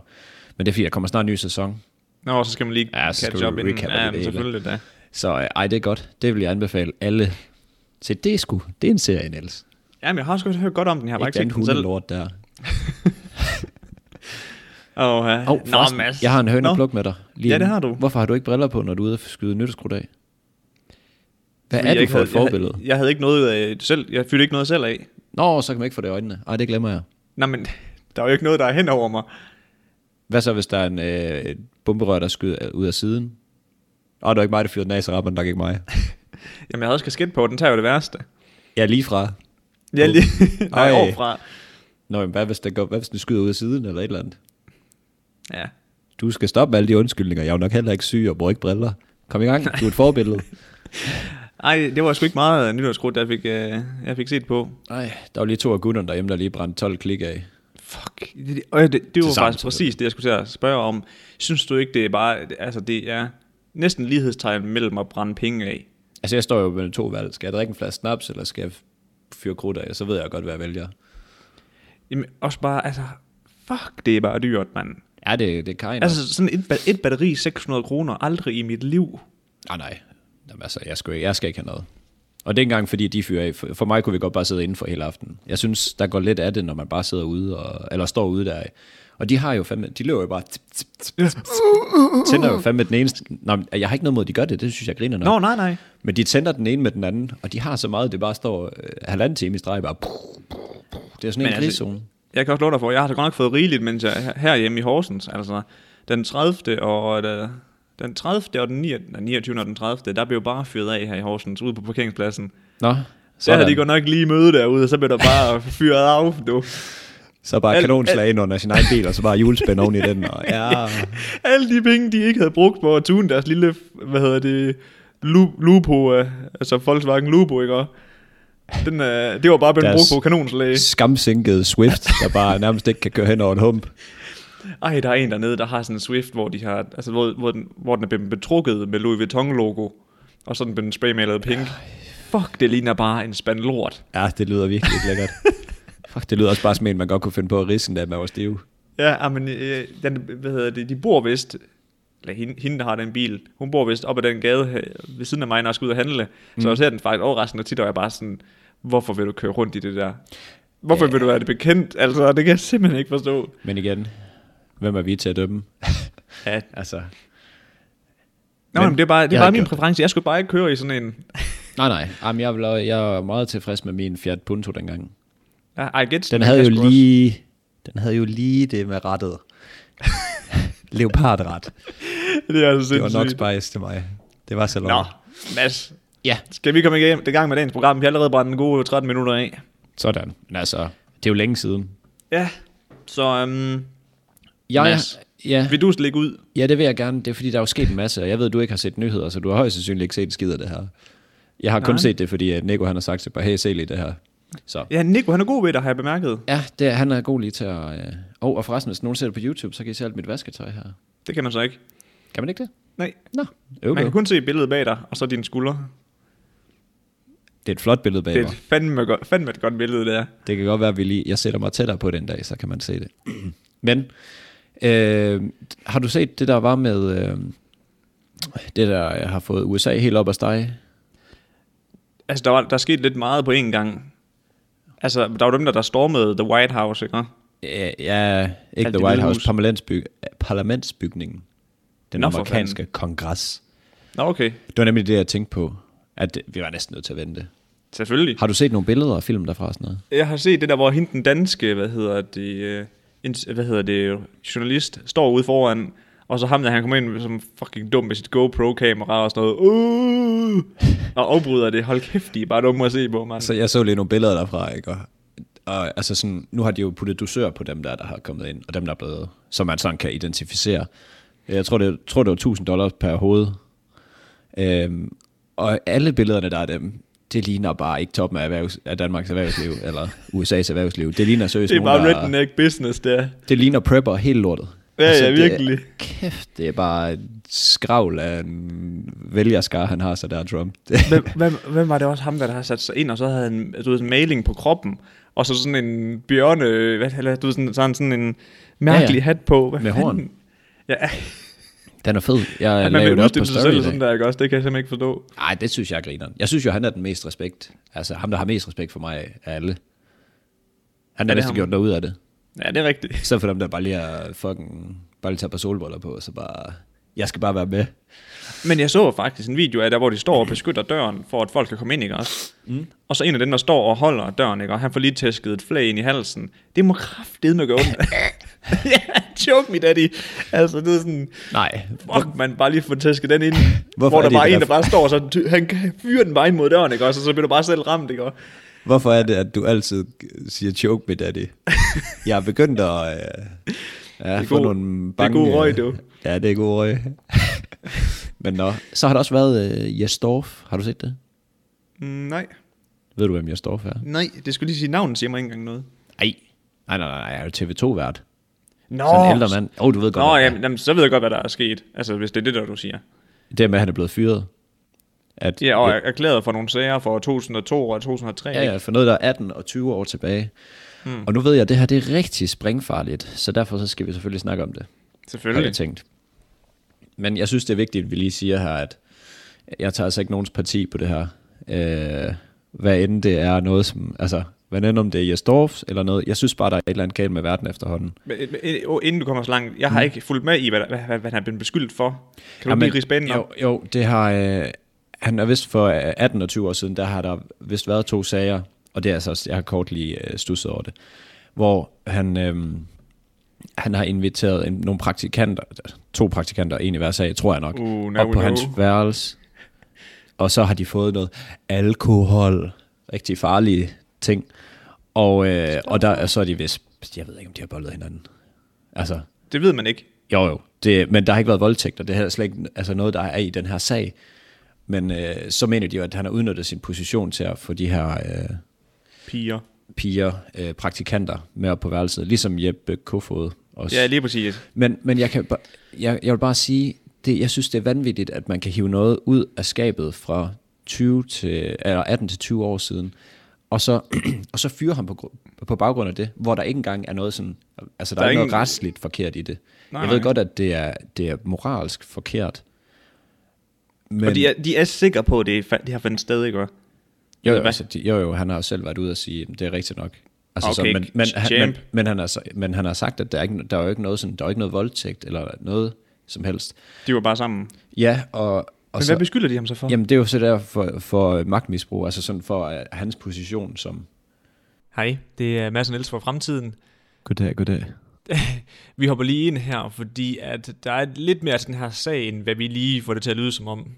Speaker 2: Men det er fordi, der kommer snart en ny sæson.
Speaker 1: Nå, så skal man lige
Speaker 2: Ja,
Speaker 1: ja,
Speaker 2: så skal
Speaker 1: catch
Speaker 2: du
Speaker 1: up inden.
Speaker 2: recappe
Speaker 1: Ja,
Speaker 2: det
Speaker 1: men
Speaker 2: hele.
Speaker 1: selvfølgelig da.
Speaker 2: Så øh, ej, det er godt. Det vil jeg anbefale alle. Se, det er sgu. Det er en serie, Niels.
Speaker 1: Jamen, jeg har også godt hørt godt om den. Jeg har bare
Speaker 2: Ikke
Speaker 1: ikke set
Speaker 2: den
Speaker 1: den selv.
Speaker 2: hundelort der.
Speaker 1: Og, uh,
Speaker 2: Åh, oh, Nå, jeg har en høne at plukke med dig. Lige
Speaker 1: Ja,
Speaker 2: inden.
Speaker 1: det har du.
Speaker 2: Hvorfor har du ikke briller på, når du er ude og skyde nytårskrudag? Hvad
Speaker 1: Fordi
Speaker 2: er
Speaker 1: jeg
Speaker 2: du
Speaker 1: ikke
Speaker 2: for et
Speaker 1: havde- Jeg,
Speaker 2: forbillede?
Speaker 1: havde- jeg havde ikke noget øh, selv. Jeg fyldte ikke noget selv af.
Speaker 2: Nå, så kan man ikke få det i øjnene. Ej, det glemmer jeg.
Speaker 1: Nej, men der er jo ikke noget, der er hen over mig.
Speaker 2: Hvad så, hvis der er en øh, et bomberør, der skyder øh, ud af siden? Åh, det var ikke mig, der fyrede den af, så rammer den nok ikke mig.
Speaker 1: Jamen, jeg havde også kasket på, den tager jo det værste.
Speaker 2: Ja, lige fra.
Speaker 1: Jeg lige, nej,
Speaker 2: Ej.
Speaker 1: overfra.
Speaker 2: Nå, men hvad hvis, den går, hvad hvis den skyder ud af siden eller et eller andet?
Speaker 1: Ja.
Speaker 2: Du skal stoppe med alle de undskyldninger. Jeg er jo nok heller ikke syg og bruger ikke briller. Kom i gang, du er et forbillede.
Speaker 1: Ej, det var sgu ikke meget øh, nytårskrudt, jeg fik, øh, jeg fik set på.
Speaker 2: Nej, der var lige to af gutterne derhjemme, der lige brændte 12 klik af.
Speaker 1: Fuck, det, det, øh, det, det var
Speaker 2: Tilsammen,
Speaker 1: faktisk præcis det, jeg skulle til at spørge om. Synes du ikke, det er bare, altså det er næsten lighedstegn mellem at brænde penge af?
Speaker 2: Altså, jeg står jo mellem to valg. Skal jeg drikke en flaske snaps, eller skal jeg fyre krudt af? Så ved jeg godt, hvad jeg vælger.
Speaker 1: Jamen, også bare, altså, fuck, det er bare dyrt, mand.
Speaker 2: Ja, det, det er kind altså,
Speaker 1: Altså, sådan et, ba- et batteri 600 kroner, aldrig i mit liv.
Speaker 2: ah, nej. Jamen, altså, jeg, skal ikke, jeg skal ikke have noget. Og det er ikke engang, fordi de fyrer af. For, for mig kunne vi godt bare sidde indenfor hele aften. Jeg synes, der går lidt af det, når man bare sidder ude, og, eller står ude der. Og de har jo fandme, de løber jo bare, tip, tip, tip, tip, tip, tænder jo fandme den eneste. Nå, men jeg har ikke noget mod, at de gør det, det synes jeg griner nok.
Speaker 1: Nå, nej, nej.
Speaker 2: Men de tænder den ene med den anden, og de har så meget, det bare står øh, halvanden time i streg, bare... Det er sådan
Speaker 1: Men
Speaker 2: en
Speaker 1: altså-
Speaker 2: krigszone.
Speaker 1: Jeg kan også love dig for, jeg har da godt nok fået rigeligt, mens jeg er herhjemme i Horsens. Altså, den 30. og øh, den 30. og den 29. 29. og den 30. der blev bare fyret af her i Horsens, ude på parkeringspladsen.
Speaker 2: Nå,
Speaker 1: Så havde de godt nok lige møde derude, og så blev der bare fyret af, du.
Speaker 2: Så bare
Speaker 1: Al-
Speaker 2: kanonslag ind under sin egen bil, og så bare julespænd oven i den. Og, ja.
Speaker 1: Alle de penge, de ikke havde brugt på at tune deres lille, hvad hedder det, Lu- Lupo, øh, altså Volkswagen Lupo, ikke? også? Den, øh, det var bare blevet
Speaker 2: Deres-
Speaker 1: brugt på kanonslag.
Speaker 2: Skamsænkede Swift, der bare nærmest ikke kan køre hen over en hump.
Speaker 1: Ej, der er en dernede, der har sådan en Swift, hvor, de har, altså, hvor, hvor, den, hvor den er blevet betrukket med Louis Vuitton-logo, og sådan den spraymalet pink. Fuck, det ligner bare en spand lort.
Speaker 2: Ja, det lyder virkelig ikke lækkert. Fuck, det lyder også bare som en, man godt kunne finde på at risse, da man var stiv.
Speaker 1: Ja, ah, men øh, den, hvad hedder det, de bor vist, eller hende, hende, der har den bil, hun bor vist op ad den gade her, ved siden af mig, når jeg skal ud og handle. Mm. Så jeg ser den faktisk overraskende tit, og jeg er bare sådan, hvorfor vil du køre rundt i det der? Hvorfor
Speaker 2: Ja.
Speaker 1: vil du være det bekendt? Altså, det kan jeg simpelthen ikke forstå.
Speaker 2: Men igen, hvem er vi til at dømme?
Speaker 1: Ja.
Speaker 2: altså,
Speaker 1: Nå,
Speaker 2: Men
Speaker 1: men, det er bare, det
Speaker 2: jeg
Speaker 1: er
Speaker 2: havde
Speaker 1: bare min
Speaker 2: gjort det.
Speaker 1: præference. Jeg skulle bare ikke køre i sådan en,
Speaker 2: nej, nej. Jamen, jeg, var, jeg var meget tilfreds med min Fiat Punto dengang.
Speaker 1: Ja, I get
Speaker 2: Den havde
Speaker 1: jeg
Speaker 2: jo
Speaker 1: skulle også-
Speaker 2: lige, den havde jo lige det med rettet. Leopardret.
Speaker 1: Det er altså
Speaker 2: Det var nok
Speaker 1: sindssygt.
Speaker 2: spice til mig. Det var så
Speaker 1: Nå,
Speaker 2: langt.
Speaker 1: Mads.
Speaker 2: Ja.
Speaker 1: Skal vi komme i gang- i gang med dagens program? Vi har allerede brændt en god 13 minutter af.
Speaker 2: Sådan. Men altså, det er jo længe siden.
Speaker 1: Ja. Så øhm,
Speaker 2: Jeg,
Speaker 1: Mads.
Speaker 2: ja,
Speaker 1: vil du lægge ud?
Speaker 2: ja, det vil jeg gerne. Det er fordi, der er jo sket en masse, og jeg ved, du ikke har set nyheder, så du har højst sandsynligt ikke set en skid af det her. Jeg har kun
Speaker 1: Nej.
Speaker 2: set det, fordi at Nico han har sagt til mig, hey, se lige det her. Så.
Speaker 1: Ja, Nico, han er god ved det, har jeg bemærket.
Speaker 2: Ja, det, han er god lige til at... Øh... Oh, og forresten, hvis nogen ser det på YouTube, så kan I se alt mit vasketøj her.
Speaker 1: Det kan man så ikke.
Speaker 2: Kan man ikke det?
Speaker 1: Nej,
Speaker 2: Nå,
Speaker 1: man
Speaker 2: okay.
Speaker 1: kan kun se billedet bag dig, og så dine skuldre.
Speaker 2: Det er et flot billede
Speaker 1: Det
Speaker 2: bag
Speaker 1: er
Speaker 2: mig.
Speaker 1: et fandme, godt, fandme et godt billede, det er.
Speaker 2: Det kan godt være, at vi lige, jeg sætter mig tættere på den dag, så kan man se det. Men øh, har du set det, der var med øh, det, der øh, har fået USA helt op at stege?
Speaker 1: Altså, der, var, der skete lidt meget på én gang. Altså, der var dem, der, der stormede The White House, ikke?
Speaker 2: Ja, ja ikke
Speaker 1: Alt
Speaker 2: The
Speaker 1: det
Speaker 2: White
Speaker 1: Hvide
Speaker 2: House,
Speaker 1: Hus.
Speaker 2: parlamentsbyg, parlamentsbygningen. Den
Speaker 1: Nå, for
Speaker 2: amerikanske kongres.
Speaker 1: Nå, okay.
Speaker 2: Det var nemlig det, jeg tænkte på, at vi var næsten nødt til at vente.
Speaker 1: Selvfølgelig.
Speaker 2: Har du set nogle billeder af film derfra og sådan noget?
Speaker 1: Jeg har set det der, hvor hende den danske, hvad hedder det, øh, ins- hvad hedder det journalist, står ude foran, og så ham der, han kommer ind som fucking dum med sit GoPro-kamera og sådan noget, uh, og afbryder det. Hold kæft, de er bare dumme at se på, mand.
Speaker 2: Så jeg så lige nogle billeder derfra, ikke? Og, og altså sådan, nu har de jo puttet dusør på dem der, der har kommet ind, og dem der er blevet, som man sådan kan identificere. Jeg tror, det, tror, det var 1000 dollars per hoved. Øhm, og alle billederne, der er dem, det ligner bare ikke toppen af, erhvervs, af Danmarks erhvervsliv, eller USA's erhvervsliv. Det ligner seriøst
Speaker 1: Det er bare
Speaker 2: nogen, der-
Speaker 1: redneck business, det er.
Speaker 2: det ligner prepper helt lortet. Altså,
Speaker 1: Ja, ja, virkelig.
Speaker 2: Det, kæft, det er bare et skravl af en vælgerskar, han har sig der, Trump.
Speaker 1: Hvem, hvem, hvem var det også ham, der, der har sat sig ind, og så havde han du ved, sådan en maling på kroppen, og så sådan en bjørne, øh, hvad, eller, du ved, sådan, sådan, sådan en mærkelig
Speaker 2: Ja, ja.
Speaker 1: hat på. Hvad
Speaker 2: Med horn.
Speaker 1: fanden? Ja,
Speaker 2: Den er fed. Jeg
Speaker 1: at man
Speaker 2: lagde
Speaker 1: vil
Speaker 2: det op på
Speaker 1: udstille sig
Speaker 2: story i
Speaker 1: selv
Speaker 2: dag.
Speaker 1: sådan der, ikke også? Det kan jeg simpelthen ikke forstå.
Speaker 2: Nej, det synes jeg er grineren. Jeg synes jo, han er den mest respekt. Altså, ham, der har mest respekt for mig af alle. Han
Speaker 1: Ja,
Speaker 2: har
Speaker 1: det
Speaker 2: næsten
Speaker 1: har
Speaker 2: gjort noget ud af det.
Speaker 1: Ja, det er rigtigt.
Speaker 2: Så for dem, der bare lige er fucking... Bare lige tager et par solbriller på, og så bare... Jeg skal bare være med.
Speaker 1: Men jeg så faktisk en video af der, hvor de står og beskytter døren, for at folk kan komme ind, ikke også? Mm. Og så en af dem, der står og holder døren, ikke? Og han får lige tæsket et flag ind i halsen. Det må kraftedeme gøre ondt. ja, choke me daddy. Altså, det er sådan,
Speaker 2: Nej.
Speaker 1: fuck man, bare lige få tæsket den ind.
Speaker 2: Hvorfor
Speaker 1: hvor
Speaker 2: er
Speaker 1: der
Speaker 2: det,
Speaker 1: bare en,
Speaker 2: det der-
Speaker 1: der bare står, og så ty- han kan fyre den bare ind mod døren, ikke også? Og så bliver du bare selv ramt, ikke også?
Speaker 2: Hvorfor er det, at du altid siger choke med daddy? Jeg er begyndt at... Øh, ja,
Speaker 1: er
Speaker 2: få
Speaker 1: god-
Speaker 2: nogle
Speaker 1: det er
Speaker 2: bange...
Speaker 1: god røg,
Speaker 2: øh,
Speaker 1: du.
Speaker 2: Ja, det er god røg. Men nå. Så har der også været øh, Jastorf. Har du set det?
Speaker 1: Mm, nej,
Speaker 2: Ved du, hvem Jastorf er?
Speaker 1: nej, det skulle lige sige, navnet siger mig ikke engang noget.
Speaker 2: Ej. Nej, nej, nej, nej. Jeg er jo TV2-vært.
Speaker 1: Nå,
Speaker 2: Sådan en ældre mand. Åh, oh, du ved godt.
Speaker 1: Nå,
Speaker 2: hvad det er.
Speaker 1: jamen, jamen, så ved jeg godt, hvad der er sket. Altså, hvis det er det, der du siger.
Speaker 2: Det med, at han er blevet fyret. At,
Speaker 1: Ja, og er erklæret for nogle sager for 2002 og 2003.
Speaker 2: ja, ja, for noget, der er 18 og 20 år tilbage. Mm.
Speaker 1: Hmm.
Speaker 2: Og nu ved jeg, at det her det er rigtig springfarligt, så derfor så skal vi selvfølgelig snakke om det. Har
Speaker 1: Selvfølgelig.
Speaker 2: jeg tænkt. Men jeg synes, det er vigtigt, at vi lige siger her, at jeg tager altså ikke nogens parti på det her. Øh, hvad end det er noget som... Altså, hvad end om det er Jesdorf eller noget. Jeg synes bare, der er et eller andet galt med verden efterhånden.
Speaker 1: Men, men, øh, inden du kommer så langt, jeg har
Speaker 2: Mm.
Speaker 1: ikke fulgt med i, hvad, der- hvad, hvad, hvad han er blevet beskyldt for. Kan du
Speaker 2: Jamen,
Speaker 1: lige ridse banen
Speaker 2: jo,
Speaker 1: op?
Speaker 2: jo, det har... Øh, han er vist for øh, 18 og 20 år siden, der har der vist været to sager, og det er altså også, jeg har kort lige øh, stusset over det, hvor han, øh, han har inviteret en, nogle praktikanter, to praktikanter, en i hver sag, tror jeg nok,
Speaker 1: Uh, now
Speaker 2: op
Speaker 1: we
Speaker 2: på
Speaker 1: know.
Speaker 2: hans værelse, og så har de fået noget alkohol, rigtig farlige ting, og, øh, og der, og så er de vist, jeg ved ikke, om de har boldet hinanden. Altså,
Speaker 1: Det ved man ikke.
Speaker 2: jo, jo. Det, men der har ikke været voldtægter. Det er heller slet ikke altså noget, der er i den her sag. Men øh, så mener de jo, at han har udnyttet sin position til at få de her øh,
Speaker 1: Piger.
Speaker 2: piger, øh, praktikanter, med op på værelset. Ligesom Jeppe Kofod også.
Speaker 1: Ja, lige præcis.
Speaker 2: Men, men jeg, kan, ba- jeg, jeg vil bare sige, det, jeg synes, det er vanvittigt, at man kan hive noget ud af skabet fra 20 til, eller 18 til 20 år siden, og så, og så fyre ham på, gru- på baggrund af det, hvor der ikke engang er noget sådan, altså der, der er ikke
Speaker 1: ingen-
Speaker 2: noget retsligt forkert i det.
Speaker 1: Nej,
Speaker 2: Nej, jeg ved
Speaker 1: nej.
Speaker 2: godt, at det er, det er moralsk forkert. Men,
Speaker 1: Men, og de er, de er sikre på, at det, fa- det har fundet sted, ikke? hva'?
Speaker 2: jo, jo,
Speaker 1: Eller hvad?
Speaker 2: altså, de, jo, jo, han har jo selv været ude og sige, det er rigtigt nok. Altså,
Speaker 1: Okay,
Speaker 2: så, men, men, han, men,
Speaker 1: champ.
Speaker 2: men, han har, så- men han har sagt, at der, er ikke, der er jo ikke noget, sådan, der er ikke noget voldtægt eller noget som helst.
Speaker 1: De var bare sammen. Men
Speaker 2: Ja, og, og
Speaker 1: hvad
Speaker 2: så,
Speaker 1: beskylder de ham så for?
Speaker 2: jamen, det er jo så der for, for magtmisbrug, altså sådan for øh, hans position som...
Speaker 1: Hej, det er Mads og Niels fra Fremtiden.
Speaker 2: Goddag, goddag.
Speaker 1: Vi hopper lige ind her, fordi at der er lidt mere til den her sag, end hvad vi lige får det til at lyde som om.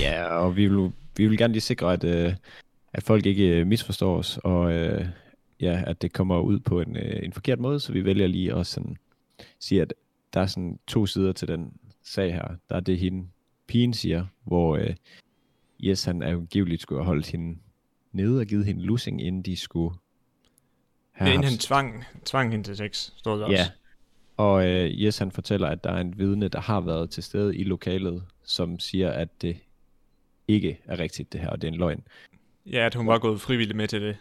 Speaker 2: Ja, og vi vil, vi vil gerne lige sikre, at, øh, at folk ikke øh, misforstår os, og øh, ja, at det kommer ud på en, øh, en forkert måde, så vi vælger lige at sådan, sige, at der er sådan to sider til den sag her. Der er det, hende pigen siger, hvor, øh,
Speaker 3: Yes, han angiveligt skulle have holdt hende nede og givet hende lussing, inden de skulle
Speaker 4: Ja, inden han
Speaker 3: haft-
Speaker 4: tvang, tvang hende til sex, stod der
Speaker 3: Ja.
Speaker 4: også.
Speaker 3: Og øh, Jes han fortæller, at der er en vidne, der har været til stede i lokalet, som siger, at det ikke er rigtigt det her, og det er en løgn.
Speaker 4: Ja, at hun var gået frivilligt med til det.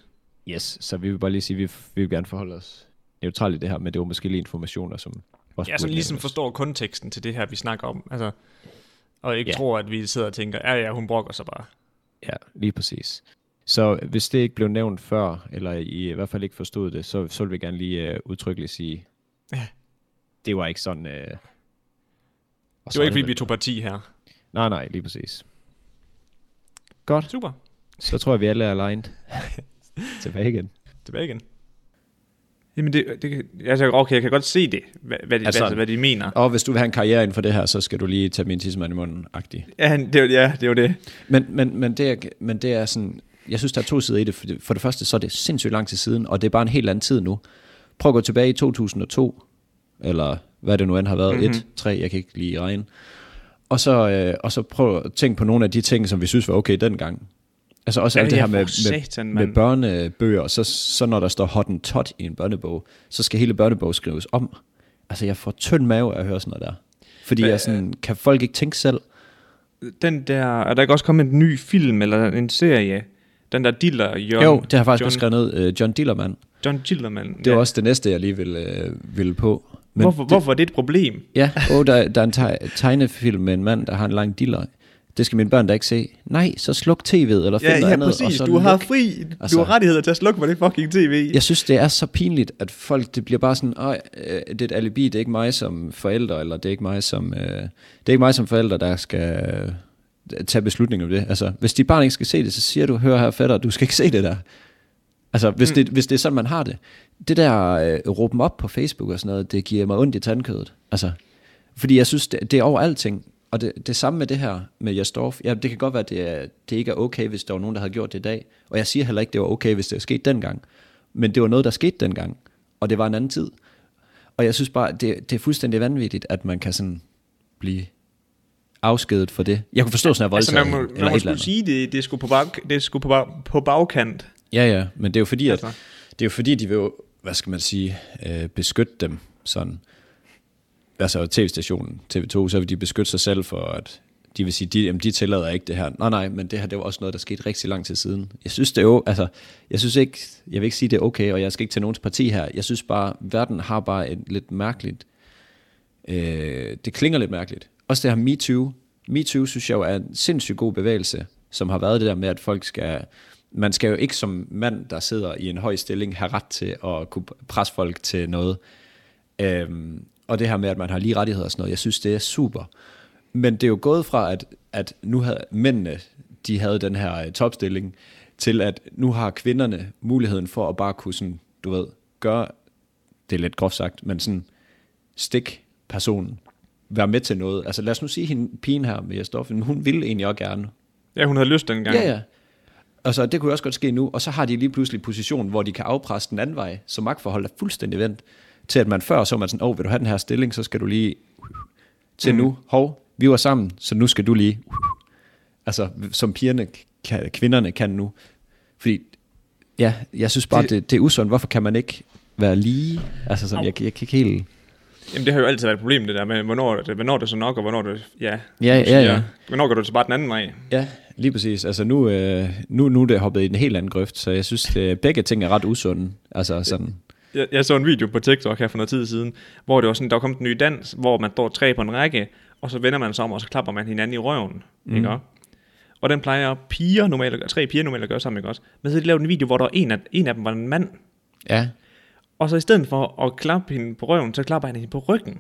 Speaker 3: Yes, så vi vil bare lige sige, at vi, vi vil gerne forholde os neutrale i det her, men det var måske lige informationer, som også
Speaker 4: Ja, som
Speaker 3: burde
Speaker 4: ligesom
Speaker 3: nævnes.
Speaker 4: forstår konteksten til det her, vi snakker om. Altså, og ikke
Speaker 3: Ja.
Speaker 4: ja. tror, at vi sidder og tænker, ja, ja, hun brokker sig bare.
Speaker 3: Ja, lige præcis. Så hvis det ikke blev nævnt før, eller I, i hvert fald ikke forstod det, så, så vil vi gerne lige øh, udtrykkeligt sige,
Speaker 4: Ja.
Speaker 3: det var ikke sådan... Øh, og
Speaker 4: Det
Speaker 3: så
Speaker 4: var
Speaker 3: er
Speaker 4: ikke, fordi vi
Speaker 3: vel-
Speaker 4: tog parti her.
Speaker 3: Nej, nej, lige præcis. Godt.
Speaker 4: Super.
Speaker 3: Så tror jeg, vi alle er aligned. Tilbage igen.
Speaker 4: Tilbage igen.
Speaker 1: Jamen, det, det, kan- altså, okay, jeg kan godt se det, hvad, hvad, de,
Speaker 2: Altså-
Speaker 1: altså, hvad, hvad de mener.
Speaker 2: Og hvis du vil have en karriere inden for det her, så skal du lige tage min tidsmand i munden, agtig.
Speaker 1: Ja, han, det, er jo- ja, det er jo det.
Speaker 2: Men, men, men, det er, men det er sådan, jeg synes, der er to sider i det. For det, for det første, så er det sindssygt lang tid siden, og det er bare en helt anden tid nu. Prøv at gå tilbage i 2002, eller hvad det nu end har været,
Speaker 1: Mhm.
Speaker 2: mm-hmm. 1, 3, jeg kan ikke lige regne. Og så, øh, og så prøv at tænke på nogle af de ting, som vi synes var okay dengang. Altså også
Speaker 1: Ja,
Speaker 2: ja, alt det
Speaker 1: ja,
Speaker 2: her med,
Speaker 1: for
Speaker 2: med,
Speaker 1: satan,
Speaker 2: med
Speaker 1: mand.
Speaker 2: børnebøger, så, så når der står hot and tot i en børnebog, så skal hele børnebog skrives om. Altså jeg får tynd mave af at høre sådan noget der. Fordi
Speaker 1: Men,
Speaker 2: jeg sådan, kan folk ikke tænke selv?
Speaker 1: Den der, er der ikke også kommet en ny film eller en serie? Den der Diller, John,
Speaker 2: Jo, det har jeg faktisk
Speaker 1: John,
Speaker 2: også skrevet ned. Øh, John Dillermand.
Speaker 1: John Dillermand.
Speaker 2: Det var også det næste, jeg lige ville, øh, ville på.
Speaker 1: Men hvorfor, det, hvorfor er det et problem?
Speaker 2: Ja, åh, der, der er en teg- tegnefilm med en mand, der har en lang diller. Det skal mine børn da ikke se. Nej, så sluk tv'et, eller find noget andet. og så luk.
Speaker 1: fri,
Speaker 2: Altså- har
Speaker 1: rettigheder til at slukke på det fucking tv.
Speaker 2: Jeg synes, det er så pinligt, at folk, det bliver bare sådan, Åh, øh, det er et alibi, det er ikke mig som forældre, eller det er ikke mig som, øh, det er ikke mig som forældre, der skal øh, tage beslutninger om det. Altså, hvis dit barn ikke skal se det, så siger du, hør her fætter, du skal ikke se det der. Altså, hvis, mm. det, hvis det er sådan, man har det. Det der øh, råbe dem op på Facebook og sådan noget, det giver mig ondt i tandkødet. Altså, fordi jeg synes, det, det er over alting. Og det, det samme med det her med Jastorf. Ja, det kan godt være, det, er, det ikke er okay, hvis der var nogen, der havde gjort det i dag. Og jeg siger heller ikke, det var okay, hvis det var sket dengang. Men det var noget, der skete dengang. Og det var en anden tid. Og jeg synes bare, det, det er fuldstændig vanvittigt, at man kan sådan blive afskedet for det. Jeg kunne forstå sådan her
Speaker 1: Altså,
Speaker 2: voldtaget.
Speaker 1: man må,
Speaker 2: eller
Speaker 1: man
Speaker 2: et
Speaker 1: må
Speaker 2: eller
Speaker 1: skulle
Speaker 2: andet.
Speaker 1: sige, det, det er sgu på, bag, det er sgu på, bag, på bagkant.
Speaker 2: Ja, ja, men det er jo fordi, at,
Speaker 1: Altså.
Speaker 2: det er jo fordi de vil jo, hvad skal man sige, øh, beskytte dem sådan. Altså tv-stationen, TV2, så vil de beskytte sig selv for, at de vil sige, de, jamen, de tillader ikke det her. Nej, nej, men det her, det var også noget, der skete rigtig lang tid siden. Jeg synes det er jo, altså, jeg synes ikke, jeg vil ikke sige, det er okay, og jeg skal ikke til nogens parti her. Jeg synes bare, verden har bare et lidt mærkeligt, øh, det klinger lidt mærkeligt. Også det her MeToo. MeToo synes jeg jo er en sindssygt god bevægelse, som har været det der med, at folk skal... Man skal jo ikke som mand, der sidder i en høj stilling, have ret til at kunne presse folk til noget. Øhm, og det her med, at man har lige rettigheder og sådan noget, jeg synes, det er super. Men det er jo gået fra, at, at nu havde mændene, de havde den her øh, topstilling, til at nu har kvinderne muligheden for at bare kunne sådan, du ved, gøre, det er lidt groft sagt, men sådan, stik personen, være med til noget. Altså lad os nu sige, hende pigen her med Stoffen, hun ville egentlig også gerne.
Speaker 1: Ja, hun havde lyst dengang.
Speaker 2: Ja, ja. Og så det kunne jo også godt ske nu, og så har de lige pludselig position, hvor de kan afpresse den anden vej, så magtforholdet er fuldstændig vendt til, at man før så man sådan, åh, oh, vil du have den her stilling, så skal du lige til nu, hov, vi var sammen, så nu skal du lige, altså som pigerne, kan, kvinderne kan nu. Fordi, ja, jeg synes bare, det, det, det er usundt, hvorfor kan man ikke være lige, altså sådan, jeg, jeg kan ikke helt...
Speaker 1: Jamen, det har jo altid været et problem, det der med, hvornår er det, hvornår er det så nok, og hvornår er det, ja.
Speaker 2: Ja, ja, ja.
Speaker 1: Hvornår går du så bare den anden vej?
Speaker 2: Ja, lige præcis. Altså nu, øh, nu, nu er det hoppet i en helt anden grøft, så jeg synes, det, begge ting er ret usunde. Altså sådan,
Speaker 1: Jeg, jeg så en video på TikTok her for noget tid siden, hvor det var sådan, der kom den nye dans, hvor man står tre på en række, og så vender man sig om, og så klapper man hinanden i røven. Mm. Ikke også? Og den plejer piger normalt, at gøre- tre piger normalt at gøre sammen, ikke også? Men så havde de lavet en video, hvor der var en af, en af dem var en mand,
Speaker 2: ja.
Speaker 1: og så i stedet for at klappe hende på røven, så klapper han hende på ryggen.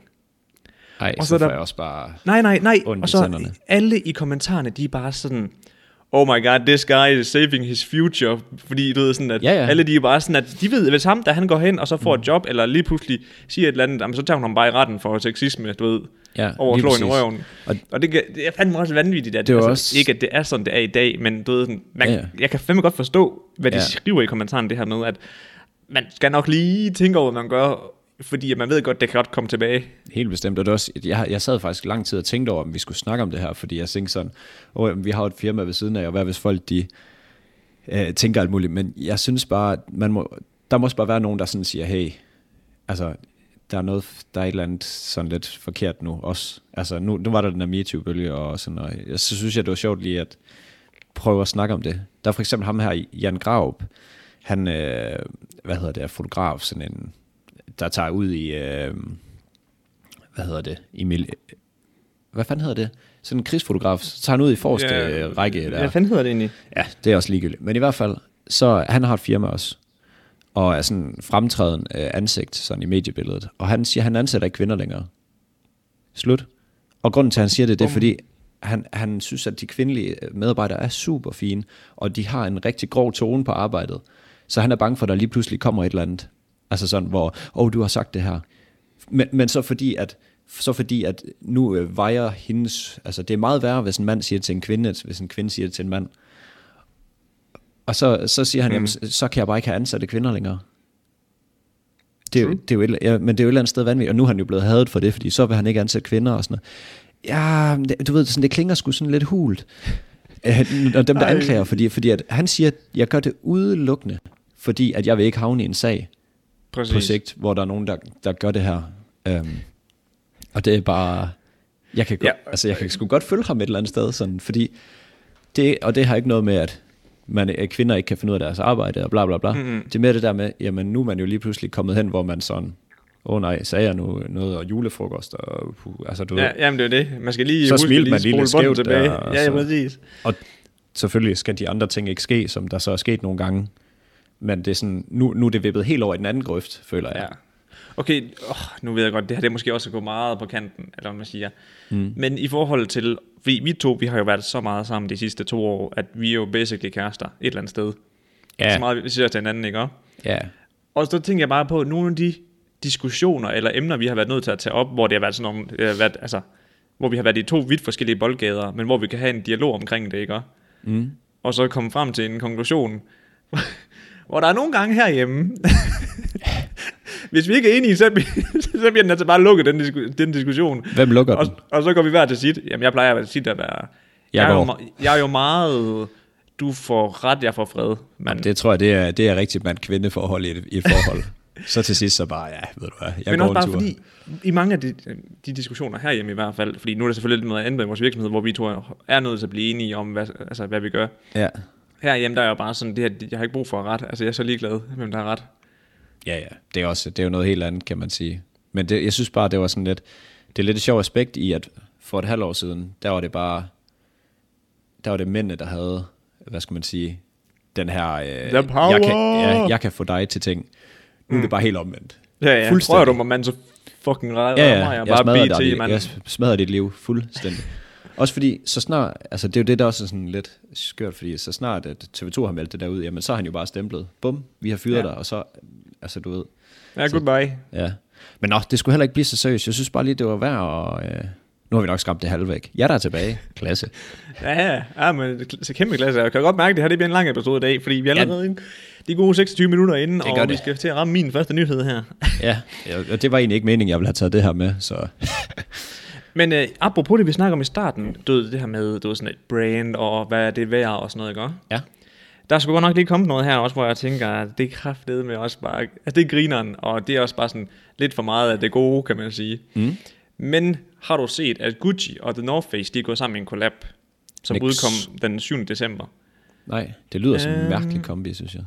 Speaker 2: Ej,
Speaker 1: Og
Speaker 2: og
Speaker 1: så
Speaker 2: så,
Speaker 1: er
Speaker 2: så
Speaker 1: der-
Speaker 2: får jeg også bare...
Speaker 1: Nej, nej, nej.
Speaker 2: Ondt i
Speaker 1: og så
Speaker 2: tænderne.
Speaker 1: alle i kommentarerne, de er bare sådan, oh my god, this guy is saving his future. Fordi du ved sådan, at
Speaker 2: Ja, ja.
Speaker 1: alle de er bare sådan, at de ved, hvis ham, da han går hen og så får mm. et job, eller lige pludselig siger et eller andet, jamen, så tager hun ham bare i retten for sexisme, du ved,
Speaker 2: Ja,
Speaker 1: over at
Speaker 2: lige
Speaker 1: slå hende i
Speaker 2: præcis.
Speaker 1: røven. Og,
Speaker 2: Og-
Speaker 1: og det, kan- det er fandme også vanvittigt, at
Speaker 2: Det er
Speaker 1: altså,
Speaker 2: også-
Speaker 1: ikke at det er sådan, det er i dag, men du ved, sådan, man,
Speaker 2: Ja,
Speaker 1: ja,
Speaker 2: ja.
Speaker 1: ja. jeg kan fandme godt forstå, hvad de
Speaker 2: Ja.
Speaker 1: skriver i kommentaren, det her med, at man skal nok lige tænke over, hvad man gør Fordi man ved godt, det kan godt komme tilbage.
Speaker 2: Helt bestemt, og det er også, jeg, jeg sad faktisk lang tid og tænkte over, om vi skulle snakke om det her, fordi jeg tænkte sådan, Åh, jamen, vi har jo et firma ved siden af, og hvad hvis folk de øh, tænker alt muligt, men jeg synes bare, man må, der må også bare være nogen, der sådan siger, hey, altså, der er noget, der er et eller andet sådan lidt forkert nu også. Altså, nu, nu var der den her MeToo-bølge og sådan noget. Jeg, så synes jeg, det var sjovt lige at prøve at snakke om det. Der er for eksempel ham her, Jan Graup, han, øh, hvad hedder det, er fotograf, sådan en, der tager ud i, øh, hvad hedder det, i mil- hvad fanden hedder det? Sådan en krigsfotograf, så tager han ud i forreste
Speaker 1: Ja,
Speaker 2: ja, række. Der.
Speaker 1: Hvad fanden hedder det egentlig?
Speaker 2: Ja, det er også ligegyldigt. Men i hvert fald, så han har et firma også, og er sådan fremtrædende øh, ansigt sådan i mediebilledet. Og han siger, at han ansætter ikke kvinder længere. Slut. Og grunden til, at han siger det, det er, fordi han, han synes, at de kvindelige medarbejdere er super fine, og de har en rigtig grov tone på arbejdet. Så han er bange for, at der lige pludselig kommer et eller andet. Altså sådan, hvor, åh, oh, du har sagt det her. Men, men så fordi, at så fordi, at nu øh, vejer hendes... Altså, det er meget værre, hvis en mand siger det til en kvinde, end hvis en kvinde siger det til en mand. Og så, så siger han, mm. jamen, så så kan jeg bare ikke have ansatte kvinder længere. Det er, jo, det er jo et, eller- ja, men det er jo et eller andet sted vanvittigt, og nu er han jo blevet hadet for det, fordi så vil han ikke ansætte kvinder og sådan noget. Ja, men det, du ved, sådan, det klinger sgu sådan lidt hult. Øh, Og dem, der anklager, fordi, fordi at han siger, at jeg gør det udelukkende, fordi at jeg vil ikke havne i en sag
Speaker 1: Præcis.
Speaker 2: på sigt, hvor der er nogen, der, der gør det her. Øhm, og det er bare... Jeg kan, ja.
Speaker 1: Ja.
Speaker 2: altså, jeg kan sgu godt følge ham et eller andet sted, sådan, fordi det, og det har ikke noget med, at man, at kvinder ikke kan finde ud af deres arbejde, og bla bla bla. Mm-hmm. Det er mere det der med, jamen nu er man jo lige pludselig kommet hen, hvor man sådan, åh oh, nej, sagde jeg nu noget, og julefrokost, og puh, altså du
Speaker 1: Ja,
Speaker 2: ved,
Speaker 1: jamen det er jo det. Man skal lige
Speaker 2: Så
Speaker 1: huske
Speaker 2: smilte
Speaker 1: lige
Speaker 2: man lige
Speaker 1: spole båndet
Speaker 2: lidt skævt altså.
Speaker 1: tilbage.
Speaker 2: der, og
Speaker 1: ja, ja,
Speaker 2: så-
Speaker 1: præcis.
Speaker 2: Og selvfølgelig skal de andre ting ikke ske, som der så er sket nogle gange. Men det er sådan, nu, nu er det vippet helt over i den anden grøft, føler jeg.
Speaker 1: Ja. Okay, oh, nu ved jeg godt, det her det er måske også at gå meget på kanten, eller hvad man siger. Mm. Men i forhold til, fordi vi to, vi har jo været så meget sammen de sidste to år, at vi er jo basically kærester et eller andet sted.
Speaker 2: Ja.
Speaker 1: Så meget vi siger til hinanden, ikke også?
Speaker 2: Ja.
Speaker 1: Og så tænker jeg bare på nogle af de diskussioner eller emner, vi har været nødt til at tage op, hvor det har været sådan nogle, øh, været, altså, hvor vi har været i to vidt forskellige boldgader, men hvor vi kan have en dialog omkring det, ikke? også?
Speaker 2: Mm.
Speaker 1: Og så komme frem til en konklusion, hvor der er nogle gange herhjemme, hvis vi ikke er enige, så, bliver- så bliver den altså bare lukket, den, disku, den diskussion.
Speaker 2: Hvem lukker
Speaker 1: Og,
Speaker 2: den?
Speaker 1: og så går vi hver til sit. Jamen, jeg plejer tit at være...
Speaker 2: Jeg
Speaker 1: er, jo,
Speaker 2: går.
Speaker 1: me- jeg er jo meget... Du får ret, jeg får fred. Men,
Speaker 2: Det tror jeg, det er, det er rigtigt mand-kvindeforhold i et, i et forhold. så til sidst så bare, ja, ved du hvad, jeg
Speaker 1: men
Speaker 2: går
Speaker 1: også
Speaker 2: en
Speaker 1: bare
Speaker 2: tur.
Speaker 1: fordi, i mange af de, de diskussioner herhjemme i hvert fald, fordi nu er der selvfølgelig lidt noget andet i vores virksomhed, hvor vi to er nødt til at blive enige om, hvad, altså, hvad vi gør.
Speaker 2: Ja.
Speaker 1: Herhjemme, der er jo bare sådan, det her, jeg har ikke brug for ret. Altså, jeg er så ligeglad, hvem der har ret.
Speaker 2: ja, ja, det er, også, det er jo noget helt andet, kan man sige. Men det, jeg synes bare, det var sådan lidt, det er lidt et sjovt aspekt i, at for et halvt år siden, der var det bare, der var det mændene, der havde, hvad skal man sige, den her, øh, Jeg, kan, ja, jeg kan få dig til ting. Nu er det bare helt omvendt.
Speaker 1: Mm. Ja, ja.
Speaker 2: Fuldstændig.
Speaker 1: Rører du mig, mand, så fucking ret.
Speaker 2: ja,
Speaker 1: mig,
Speaker 2: ja,
Speaker 1: og
Speaker 2: jeg, smadrer
Speaker 1: BT,
Speaker 2: dit,
Speaker 1: mand.
Speaker 2: jeg smadrer dit liv fuldstændig. også fordi, så snart, altså det er jo det, der også er sådan lidt skørt, fordi så snart, at TV2 har meldt det der ud, jamen så har han jo bare stemplet. Bum, vi har fyret ja.
Speaker 1: Ja.
Speaker 2: dig, og så, altså du ved,
Speaker 1: Ja, goodbye.
Speaker 2: ja. Men nå, det skulle heller ikke blive så seriøst. Jeg synes bare lige, det var værd at... Øh, nu har vi nok skræmt det halve væk. Jeg der er tilbage. Klasse.
Speaker 1: Ja, ja, ja, men det er så kæmpe klasse. Jeg kan godt mærke, at det her det bliver en lang episode i dag, fordi vi er
Speaker 2: Ja.
Speaker 1: allerede ja. de gode 26 minutter inde,
Speaker 2: gør
Speaker 1: og vi
Speaker 2: det.
Speaker 1: skal til at ramme min første nyhed her.
Speaker 2: Ja, og det var egentlig ikke meningen, jeg ville have taget det her med, så...
Speaker 1: Men øh, apropos det, vi snakker om i starten, du ved, det her med du ved, sådan et brand, og hvad er det værd og sådan noget, ikke? også?
Speaker 2: Ja.
Speaker 1: Der skulle godt nok lige komme noget her også, hvor jeg tænker, at det er kraftede med også bare, altså det er grineren, og det er også bare sådan lidt for meget af det gode, kan man sige. Mm. Men har du set, at Gucci og The North Face, de er gået sammen i en collab, som
Speaker 2: Niks.
Speaker 1: udkom den 7. december.
Speaker 2: Nej, det lyder som en
Speaker 1: Øhm.
Speaker 2: mærkelig kombi, synes jeg.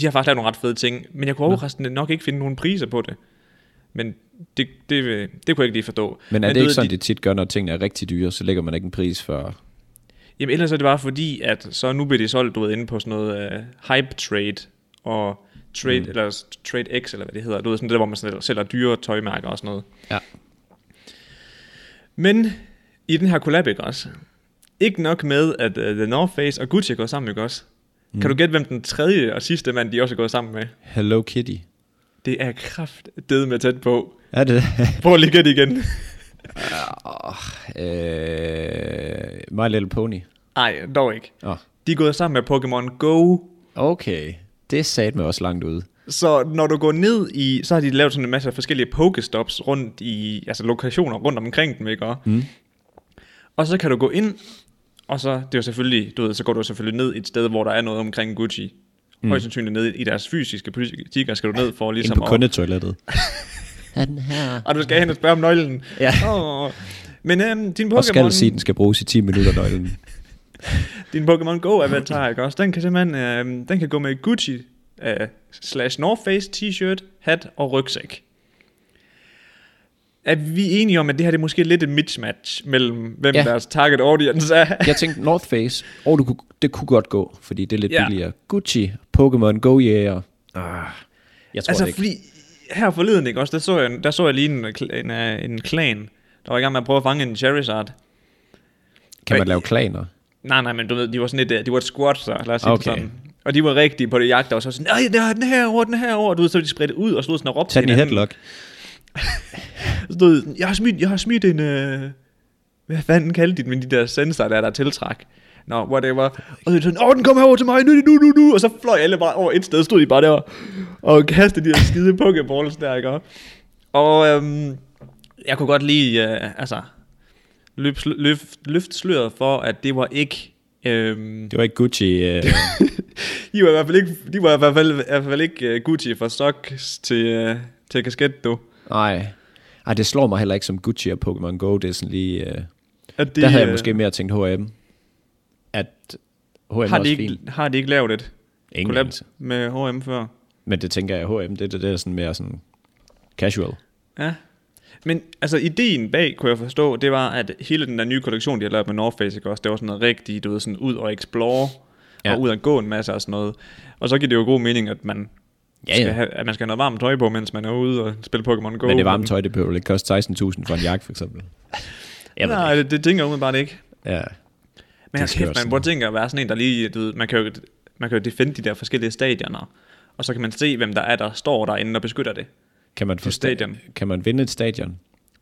Speaker 1: De har faktisk lavet nogle ret fede ting, men jeg kunne overraskende nok ikke finde nogen priser på det. Men det, det, øh, det kunne jeg ikke lige forstå.
Speaker 2: Men er det
Speaker 1: du
Speaker 2: ikke
Speaker 1: ved,
Speaker 2: sådan, det tit gør, når tingene er rigtig dyre, så lægger man ikke en pris for
Speaker 1: Jamen ellers er det bare fordi, at så nu bliver de solgt, du ved, inde på sådan noget uh, hype trade og trade, mm. eller s- trade X, eller hvad det hedder. Du ved, sådan det der, hvor man sådan sælger dyre tøjmærker og sådan noget.
Speaker 2: Ja.
Speaker 1: Men i den her collab, ikke også? Ikke nok med, at uh, The North Face og Gucci er gået sammen, ikke også? Mm. Kan du gætte, hvem den tredje og sidste mand, de også er gået sammen med?
Speaker 2: Hello Kitty.
Speaker 1: Det er kraftedeme med tæt på.
Speaker 2: Er det
Speaker 1: Prøv lige at gætte igen.
Speaker 2: øh, My Little Pony.
Speaker 1: Nej, dog ikke.
Speaker 2: Nå.
Speaker 1: De er gået sammen med Pokémon Go.
Speaker 2: Okay, det sagde mig også langt ude.
Speaker 1: Så når du går ned i, så har de lavet sådan en masse forskellige pokestops rundt i, altså lokationer rundt omkring dem, ikke? Og, mm. og så kan du gå ind, og så, det er jo selvfølgelig, du ved, så går du selvfølgelig ned et sted, hvor der er noget omkring Gucci. Mm. Højst sandsynligt ned i deres fysiske butikker skal du ned for
Speaker 2: Ind
Speaker 1: ligesom
Speaker 2: på
Speaker 1: at-
Speaker 2: kundetoilettet.
Speaker 5: Den her.
Speaker 1: og du skal hen og spørge om nøglen.
Speaker 2: Ja.
Speaker 1: Oh. Men øhm, din
Speaker 2: Og skal sige,
Speaker 1: Pokémon,
Speaker 2: den skal bruges i 10 minutter nøglen.
Speaker 1: din Pokémon Go avatar, ikke også? Den kan simpelthen, øhm, den kan gå med Gucci øh, slash North Face t-shirt, hat og rygsæk. Er vi enige om, at det her det er måske lidt et mismatch mellem, hvem
Speaker 2: Ja.
Speaker 1: ja. deres target audience er?
Speaker 2: Jeg tænkte North Face, og du kunne, det kunne godt gå, fordi det er lidt
Speaker 1: Ja.
Speaker 2: billigere. Gucci, Pokémon, Go Jæger. Ah, jeg tror
Speaker 1: altså,
Speaker 2: det ikke.
Speaker 1: fordi her forleden, ikke også, der så jeg, der så jeg lige en, kl- en, øh, en klan, der var i gang med at prøve at fange en Charizard.
Speaker 2: Kan man lave klaner?
Speaker 1: Nej, nej, men du ved, de var sådan lidt, øh, de var et squat, så lad os sige okay.
Speaker 2: Okay.
Speaker 1: sådan. Og de var rigtige på det jagt, og så sådan, nej, der er den her over, den her over. Du ved, så de spredte ud og stod sådan og råbte
Speaker 2: Tag den i
Speaker 1: hinanden.
Speaker 2: headlock.
Speaker 1: Så stod de sådan, jeg har smidt, jeg har smidt en, øh... hvad fanden kaldte de den, men de der sensorer der, der tiltræk. Nå, no, whatever. Og så er de sådan, åh, den kommer herover til mig, nu, nu, nu, nu. Og så fløj alle bare over et sted, stod de bare der og kastede de der skide pokeballs der, ikke? Og øhm, jeg kunne godt lige, øh, altså, løb, sl- løft, løft sløret for, at det var ikke... Øhm,
Speaker 2: Det var ikke Gucci. Øh,
Speaker 1: de var i hvert fald ikke, de var i hvert fald, i hvert fald ikke uh, Gucci fra sok til, uh, til kasket, du.
Speaker 2: nej. Ej, det slår mig heller ikke som Gucci og Pokémon Go. Det er sådan lige... Øh,
Speaker 1: At
Speaker 2: der havde jeg
Speaker 1: øh,
Speaker 2: måske mere tænkt H&M. At H&M er
Speaker 1: øh, har de,
Speaker 2: også
Speaker 1: ikke,
Speaker 2: fint.
Speaker 1: har de ikke lavet et
Speaker 2: Ingen
Speaker 1: collab
Speaker 2: anelse.
Speaker 1: med H&M før?
Speaker 2: Men det tænker jeg, H&M, det, det, det er sådan mere sådan casual.
Speaker 1: Ja. Men altså, ideen bag, kunne jeg forstå, det var, at hele den der nye kollektion, de har lavet med North Face, ikke også, det var sådan noget rigtigt, du ved, sådan ud og explore,
Speaker 2: Ja.
Speaker 1: ja. og ud og gå en masse og sådan noget. Og så giver det jo god mening, at man,
Speaker 2: Ja,
Speaker 1: ja, ja.
Speaker 2: ja.
Speaker 1: Skal have, at man skal have noget varmt tøj på, mens man er ude og spille Pokémon Go.
Speaker 2: Men det varme tøj, det behøver vel ikke koste 16.000 for en jakke, for eksempel. Jeg ved det
Speaker 1: Nej, det, det tænker jeg umiddelbart ikke.
Speaker 2: ikke. Ja.
Speaker 1: Men
Speaker 2: Det
Speaker 1: det
Speaker 2: skal
Speaker 1: kæft,
Speaker 2: også
Speaker 1: man
Speaker 2: sådan
Speaker 1: burde tænke at være sådan en, der lige, du ved, man kan jo, man kan jo defende de der forskellige stadioner, og så kan man se, hvem der er, der står derinde og beskytter det.
Speaker 2: Kan man, få
Speaker 1: Et stadion.
Speaker 2: sta- kan man vinde et stadion?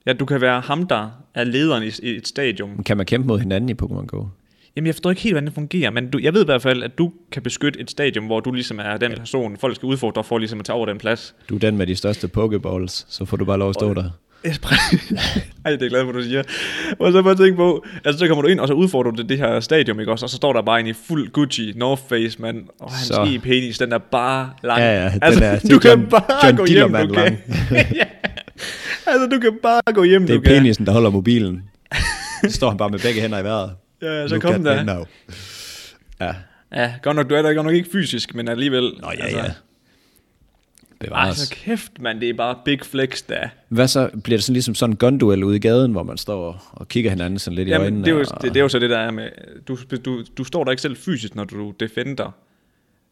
Speaker 1: Ja, du kan være ham, der er lederen i, i et stadion.
Speaker 2: Men Kan man kæmpe mod hinanden i Pokémon Go?
Speaker 1: Jamen, jeg forstår ikke helt, hvordan det fungerer, men du, jeg ved i hvert fald, at du kan beskytte et stadion, hvor du ligesom er den person, folk skal udfordre for ligesom at tage over den plads.
Speaker 2: Du er den med de største Pokeballs, så får du bare lov at stå der.
Speaker 1: Ej, det er jeg glad, for, du siger. Og så bare tænke på, altså så kommer du ind, og så udfordrer du det, det her stadion, ikke også? Og så står der bare en i fuld Gucci, North Face, mand, og hans
Speaker 2: Så.
Speaker 1: så. e-penis, den er bare lang.
Speaker 2: Ja, ja, den
Speaker 1: altså,
Speaker 2: er- det er
Speaker 1: du kan
Speaker 2: John-
Speaker 1: bare
Speaker 2: John
Speaker 1: gå hjem,
Speaker 2: Dillermand
Speaker 1: du kan. ja. Altså, du kan bare gå hjem,
Speaker 2: Det er
Speaker 1: du kan.
Speaker 2: penisen, der holder mobilen. Så står han bare med begge hænder i vejret.
Speaker 1: Ja, så
Speaker 2: Look
Speaker 1: kom
Speaker 2: at
Speaker 1: der.
Speaker 2: me now. Ja,
Speaker 1: Ja, godt nok, du er der godt nok ikke fysisk, men alligevel.
Speaker 2: Nå, ja,
Speaker 1: altså,
Speaker 2: ja.
Speaker 1: Ej,
Speaker 2: Bevares.
Speaker 1: så kæft, mand, det er bare big flex, der.
Speaker 2: Hvad så? Bliver det sådan ligesom sådan en gunduel ude i gaden, hvor man står og kigger hinanden sådan lidt i
Speaker 1: Jamen,
Speaker 2: øjnene?
Speaker 1: det, er jo,
Speaker 2: og...
Speaker 1: det, det er jo så det, der er med, du, du, du står der ikke selv fysisk, når du defender.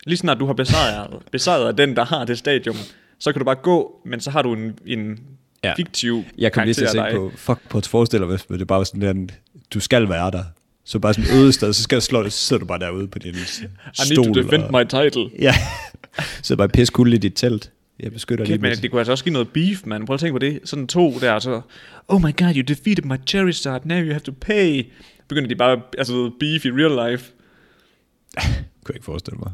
Speaker 1: Lige snart du har besejret, besejret den, der har det stadium, så kan du bare gå, men så har du en, en
Speaker 2: Ja.
Speaker 1: ja. fiktiv
Speaker 2: Jeg kom lige til at
Speaker 1: karakter
Speaker 2: tænke
Speaker 1: af
Speaker 2: på, fuck, på et forestiller mig, men det bare var sådan en, du skal være der. Så bare sådan et øde sted, så skal jeg slå det, så sidder du bare derude på din stol.
Speaker 1: dig. I need to defend my title.
Speaker 2: Ja, så bare pisse kulde i dit telt. Jeg beskytter
Speaker 1: Kæft,
Speaker 2: lige
Speaker 1: men
Speaker 2: lidt.
Speaker 1: det kunne altså også give noget beef, man. Prøv at tænke på det. Sådan to der, og så... Oh my god, you defeated my Charizard, now you have to pay. Begynder de bare altså noget beef i real life.
Speaker 2: kunne jeg ikke forestille mig.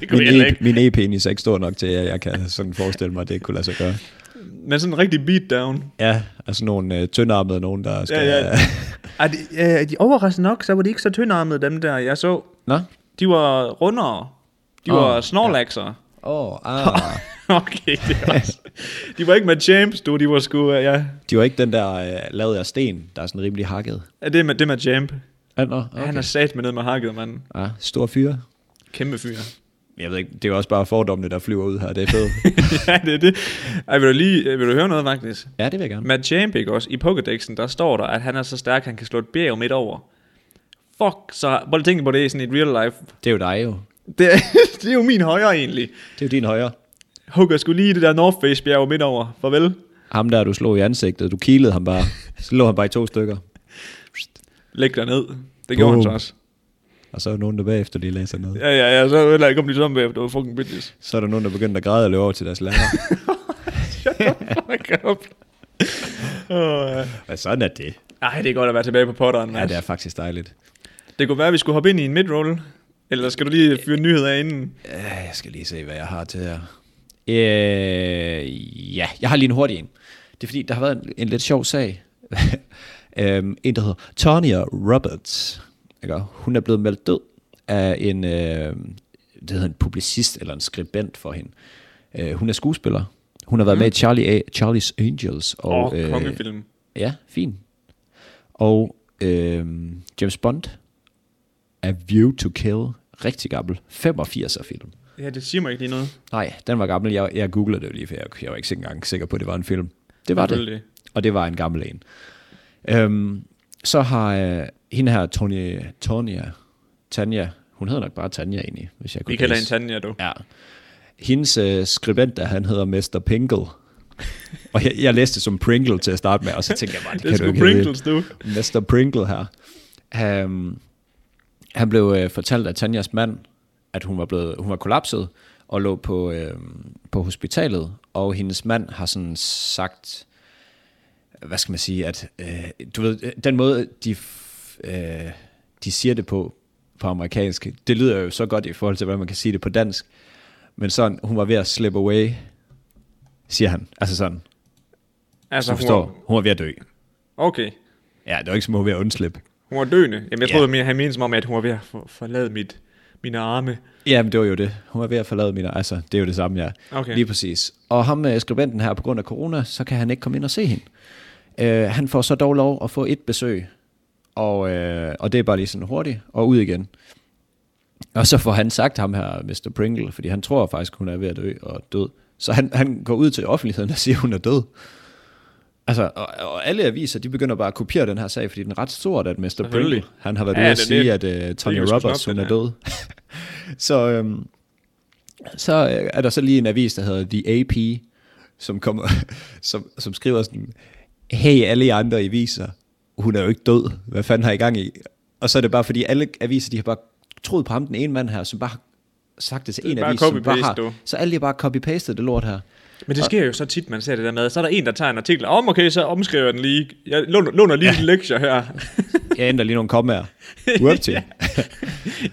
Speaker 1: Det kunne jeg
Speaker 2: Min,
Speaker 1: heller
Speaker 2: e,
Speaker 1: ikke.
Speaker 2: min e-penis er ikke stor nok til, at jeg kan sådan forestille mig, at det kunne lade sig gøre.
Speaker 1: Men sådan en rigtig beatdown.
Speaker 2: Ja, altså nogle øh, tyndarmede, nogen der skal...
Speaker 1: Ja, ja. Er de, øh, de overraskende nok, så var de ikke så tyndarmede, dem der, jeg så.
Speaker 2: Nå?
Speaker 1: De var rundere. De
Speaker 2: Åh,
Speaker 1: oh, var snorlaxer.
Speaker 2: Åh, oh, ah.
Speaker 1: Ja. okay, det var også. De var ikke med James, du. De var sgu, øh, ja.
Speaker 2: De var ikke den der øh, lavet af sten, der er sådan rimelig hakket.
Speaker 1: Ja, Det er med, det er med Jamp.
Speaker 2: Ja, nå,
Speaker 1: Okay. Han
Speaker 2: okay.
Speaker 1: er sat med ned med hakket, mand.
Speaker 2: Ja, Ah, stor fyre.
Speaker 1: Kæmpe fyr.
Speaker 2: Jeg ved ikke, det er jo også bare fordommene, der flyver ud her. Det er fedt.
Speaker 1: ja, det er det. Ej, vil du lige øh, vil du høre noget, faktisk?
Speaker 2: ja, det vil jeg gerne.
Speaker 1: Matt Jamp, ikke også? I Pokédexen, der står der, at han er så stærk, han kan slå et bjerg midt over. Fuck, så prøv at tænke på det i sådan et real life.
Speaker 2: Det er jo dig jo.
Speaker 1: Det, det er jo min højre, egentlig.
Speaker 2: Det er jo din højre.
Speaker 1: Hugger skulle lige det der North Face bjerg midt over. Farvel.
Speaker 2: Ham der, du slog i ansigtet. Du kilede ham bare. Så lå han bare i to stykker.
Speaker 1: Læg dig ned. Det gjorde
Speaker 2: Boom.
Speaker 1: han så også.
Speaker 2: Og så er der nogen, der bagefter lige lagde sig ned.
Speaker 1: Ja, ja, ja, så ødelagde jeg kom lige sammen bagefter. Det var fucking bitches.
Speaker 2: Så er der nogen, der begyndte at græde og løbe over til deres lærer.
Speaker 1: Fuck up. Oh, ja.
Speaker 2: Hvad sådan er det?
Speaker 1: Ej, det er godt at være tilbage på potteren,
Speaker 2: Ja, det er
Speaker 1: Mads.
Speaker 2: faktisk dejligt.
Speaker 1: det kunne være, at vi skulle hoppe ind i en midroll. Eller skal du lige fyre nyheder af inden?
Speaker 2: Øh, jeg skal lige se, hvad jeg har til her. Øh, ja, jeg har lige en hurtig en. Det er fordi, der har været en, en lidt sjov sag. øhm, en, der hedder Tanya Roberts. Ikke? Hun er blevet meldt død af en, øh, det hedder en publicist eller en skribent for hende. Øh, hun er skuespiller. Hun har været mm. med i Charlie A, Charlie's Angels. Og,
Speaker 1: Mhm.
Speaker 2: øh,
Speaker 1: Åh, oh, kongefilm.
Speaker 2: Ja, fin. Og øh, James Bond A View to Kill. Rigtig gammel. 85'er film.
Speaker 1: Ja, det siger mig ikke lige noget.
Speaker 2: Nej, den var gammel. Jeg, jeg googlede det jo lige, for jeg, jeg var ikke engang sikker på, at det var en film. Det var det.
Speaker 1: Selvfølgelig.
Speaker 2: Og det var en gammel en. Øhm, så har øh, hende her, Tony, Tonya, Tanja, hun hedder nok bare Tanja egentlig, hvis jeg kunne
Speaker 1: Vi kalder hende
Speaker 2: læse.
Speaker 1: Tanja, du.
Speaker 2: Ja. Hendes øh, skribent, der han hedder Mr. Pingle. og jeg, jeg læste det som Pringle til at starte med, og så tænkte jeg bare, det,
Speaker 1: Det er
Speaker 2: kan du
Speaker 1: sgu
Speaker 2: ikke hedde.
Speaker 1: Pringles, du.
Speaker 2: Mr. Pringle her. Han, han blev øh, fortalt af Tanjas mand, at hun var, blevet, hun var kollapset og lå på, øh, på hospitalet, og hendes mand har sådan sagt, hvad skal man sige, at øh, du ved, øh, den måde, de, f- øh, de siger det på, på amerikansk, det lyder jo så godt i forhold til, hvordan man kan sige det på dansk, men sådan, hun var ved at slip away, siger han. Altså sådan,
Speaker 1: Altså,
Speaker 2: så du forstår, hun var ved at dø.
Speaker 1: Var, okay.
Speaker 2: Ja, det var ikke som, hun var ved at undslippe.
Speaker 1: Hun var døende. Jamen, jeg
Speaker 2: Ja.
Speaker 1: troede, mere, han mente som om, at hun var ved at for, forlade mit, mine arme.
Speaker 2: Ja, men det var jo det. Hun var ved at forlade mine. Altså, det er jo det samme, ja.
Speaker 1: Okay.
Speaker 2: Lige præcis. Og ham, øh, skribenten her, på grund af corona, så kan han ikke komme ind og se hende. Øh, han får så dog lov at få et besøg. Og, øh, og det er bare lige sådan hurtigt, og ud igen. Og så får han sagt ham her, Mr. Pringle, fordi han tror faktisk, hun er ved at dø og død. Så han, han går ud til offentligheden og siger, hun er død. Altså, og, og alle aviser, de begynder bare at kopiere den her sag, fordi den er ret sort, at Mr. Pringle,
Speaker 1: Selvfølgelig.
Speaker 2: han har været
Speaker 1: Ja,
Speaker 2: ja, ude at
Speaker 1: det er
Speaker 2: sige,
Speaker 1: det.
Speaker 2: at øh, Tony
Speaker 1: Det er jo sgu
Speaker 2: Roberts,
Speaker 1: snobbet,
Speaker 2: hun
Speaker 1: ja.
Speaker 2: er død. så, øhm, så øh, er der så lige en avis, der hedder The AP, som, kommer, som, som skriver sådan, hey alle jer andre aviser, hun er jo ikke død, hvad fanden har I gang i? Og så er det bare, fordi alle aviser, de har bare troet på ham, den ene mand her, som bare har sagt det til
Speaker 1: Det er
Speaker 2: en
Speaker 1: bare
Speaker 2: avis, som bare
Speaker 1: copy-paste,
Speaker 2: har,
Speaker 1: du.
Speaker 2: så alle de har bare copy-pastet det lort her.
Speaker 1: Men det sker jo så tit, man ser det der med. Så er der en, der tager en artikel. Om, okay, så omskriver jeg den lige. Jeg låner, låner lige ja. en lektie her.
Speaker 2: Jeg ændrer lige nogle kommaer. Whoop til.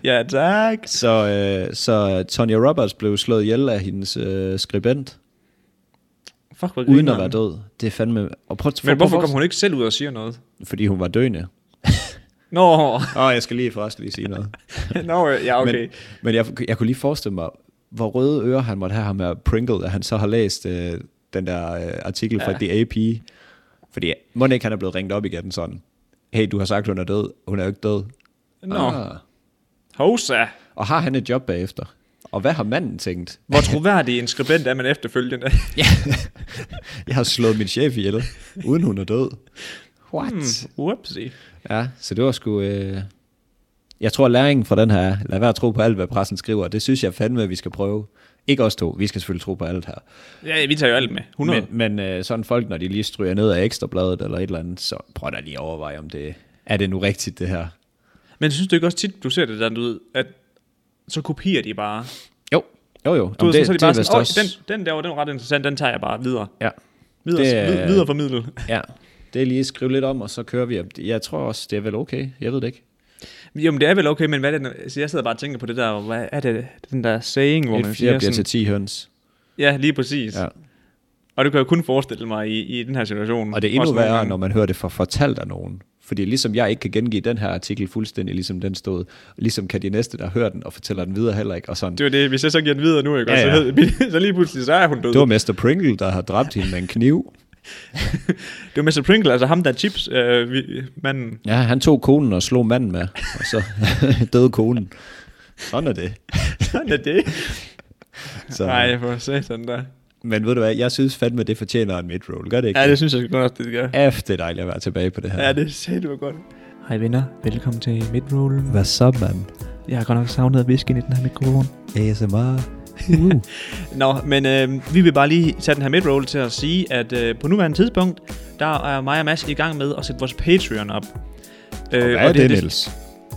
Speaker 1: ja, tak.
Speaker 2: Så, øh, så Tonya Roberts blev slået ihjel af hendes øh, skribent,
Speaker 1: Fuck, hvor
Speaker 2: uden
Speaker 1: griner
Speaker 2: at være
Speaker 1: han.
Speaker 2: død. Det er fandme... Og prøv,
Speaker 1: Men hvorfor kom hun ikke selv ud og siger noget?
Speaker 2: Fordi hun var døende.
Speaker 1: Nå,
Speaker 2: Åh, oh, jeg skal lige forresten lige sige noget.
Speaker 1: nå øh, ja, okay.
Speaker 2: Men, men jeg, jeg kunne lige forestille mig, hvor røde ører han måtte have ham med Pringle, at han så har læst øh, den der øh, artikel fra ja. The AP. Fordi må ikke han er blevet ringet op igen sådan, hey, du har sagt, hun er død. Hun er jo ikke død.
Speaker 1: Nå.
Speaker 2: Ah.
Speaker 1: Hosa.
Speaker 2: Og har han et job bagefter? Og hvad har manden tænkt?
Speaker 1: Hvor troværdig en skribent er man efterfølgende.
Speaker 2: Jeg har slået min chef ihjel, uden hun er død. What? Hmm.
Speaker 1: Whoopsie.
Speaker 2: Ja, så det var sgu... Øh... Jeg tror, læringen fra den her er, lad være at tro på alt, hvad pressen skriver. Det synes jeg fandme, at vi skal prøve. Ikke os to, vi skal selvfølgelig tro på alt her.
Speaker 1: Ja, vi tager jo alt med. 100. Men,
Speaker 2: Men, men øh, sådan folk, når de lige stryger ned af ekstrabladet eller et eller andet, så prøv da lige at overveje, om det er det nu rigtigt, det her.
Speaker 1: men synes du ikke også tit, du ser det der ud, at så kopierer de bare.
Speaker 2: Jo, jo, jo.
Speaker 1: Du
Speaker 2: Om
Speaker 1: ved, det, så er de bare
Speaker 2: vist
Speaker 1: sådan, "Åh,
Speaker 2: også-
Speaker 1: den, den der var, den var ret interessant, den tager jeg bare videre.
Speaker 2: ja.
Speaker 1: Videre,
Speaker 2: Det er-
Speaker 1: det, videre formidlet.
Speaker 2: ja, det er lige at skrive lidt om, og så kører vi. Jeg tror også, det er vel okay. Jeg ved det ikke.
Speaker 1: Jo, men det er vel okay, men hvad er det, altså, jeg sidder bare og tænker på det der, hvad er det, den der saying, hvor man
Speaker 2: Et fire
Speaker 1: siger
Speaker 2: bliver
Speaker 1: sådan,
Speaker 2: til 10 høns.
Speaker 1: ja, lige præcis.
Speaker 2: Ja.
Speaker 1: Ja. Og det kan jeg kun forestille mig i, i den her situation.
Speaker 2: Og det er endnu
Speaker 1: Også nogle
Speaker 2: værre,
Speaker 1: gange.
Speaker 2: når man hører det fra fortalt af nogen. Fordi ligesom jeg ikke kan gengive den her artikel fuldstændig, ligesom den stod, ligesom kan de næste, der hører den og fortæller den videre heller ikke. Og sådan,
Speaker 1: Det er jo det, hvis jeg så giver den videre nu, ikke?
Speaker 2: Ja,
Speaker 1: Ja,
Speaker 2: ja.
Speaker 1: ja. Så, ved- så lige pludselig, så er hun død.
Speaker 2: det var Mester Pringle, der har dræbt hende med en kniv.
Speaker 1: Det var Mr. Pringle, altså ham der er chips, øh, vi, manden.
Speaker 2: Ja, han tog konen og slog manden med, og så døde konen. Sådan er det.
Speaker 1: Sådan er det.
Speaker 2: Så,
Speaker 1: Nej, for satan der.
Speaker 2: Men ved du hvad, jeg synes fandme, det fortjener en midroll. Gør det ikke?
Speaker 1: Ja, det synes jeg sgu godt, det gør.
Speaker 2: F, det er dejligt at være tilbage på det her.
Speaker 1: Ja, det er sæt godt. Hej venner, velkommen til Midroll.
Speaker 2: Hvad så, mand?
Speaker 1: Jeg har godt nok savnet visken i den her mikrofon.
Speaker 2: ASMR.
Speaker 1: Nå, men øh, vi vil bare lige tage den her midroll til at sige, at øh, på nuværende tidspunkt, der er mig og Mads i gang med at sætte vores Patreon op. Øh,
Speaker 2: Hvad er det,
Speaker 1: det,
Speaker 2: Niels?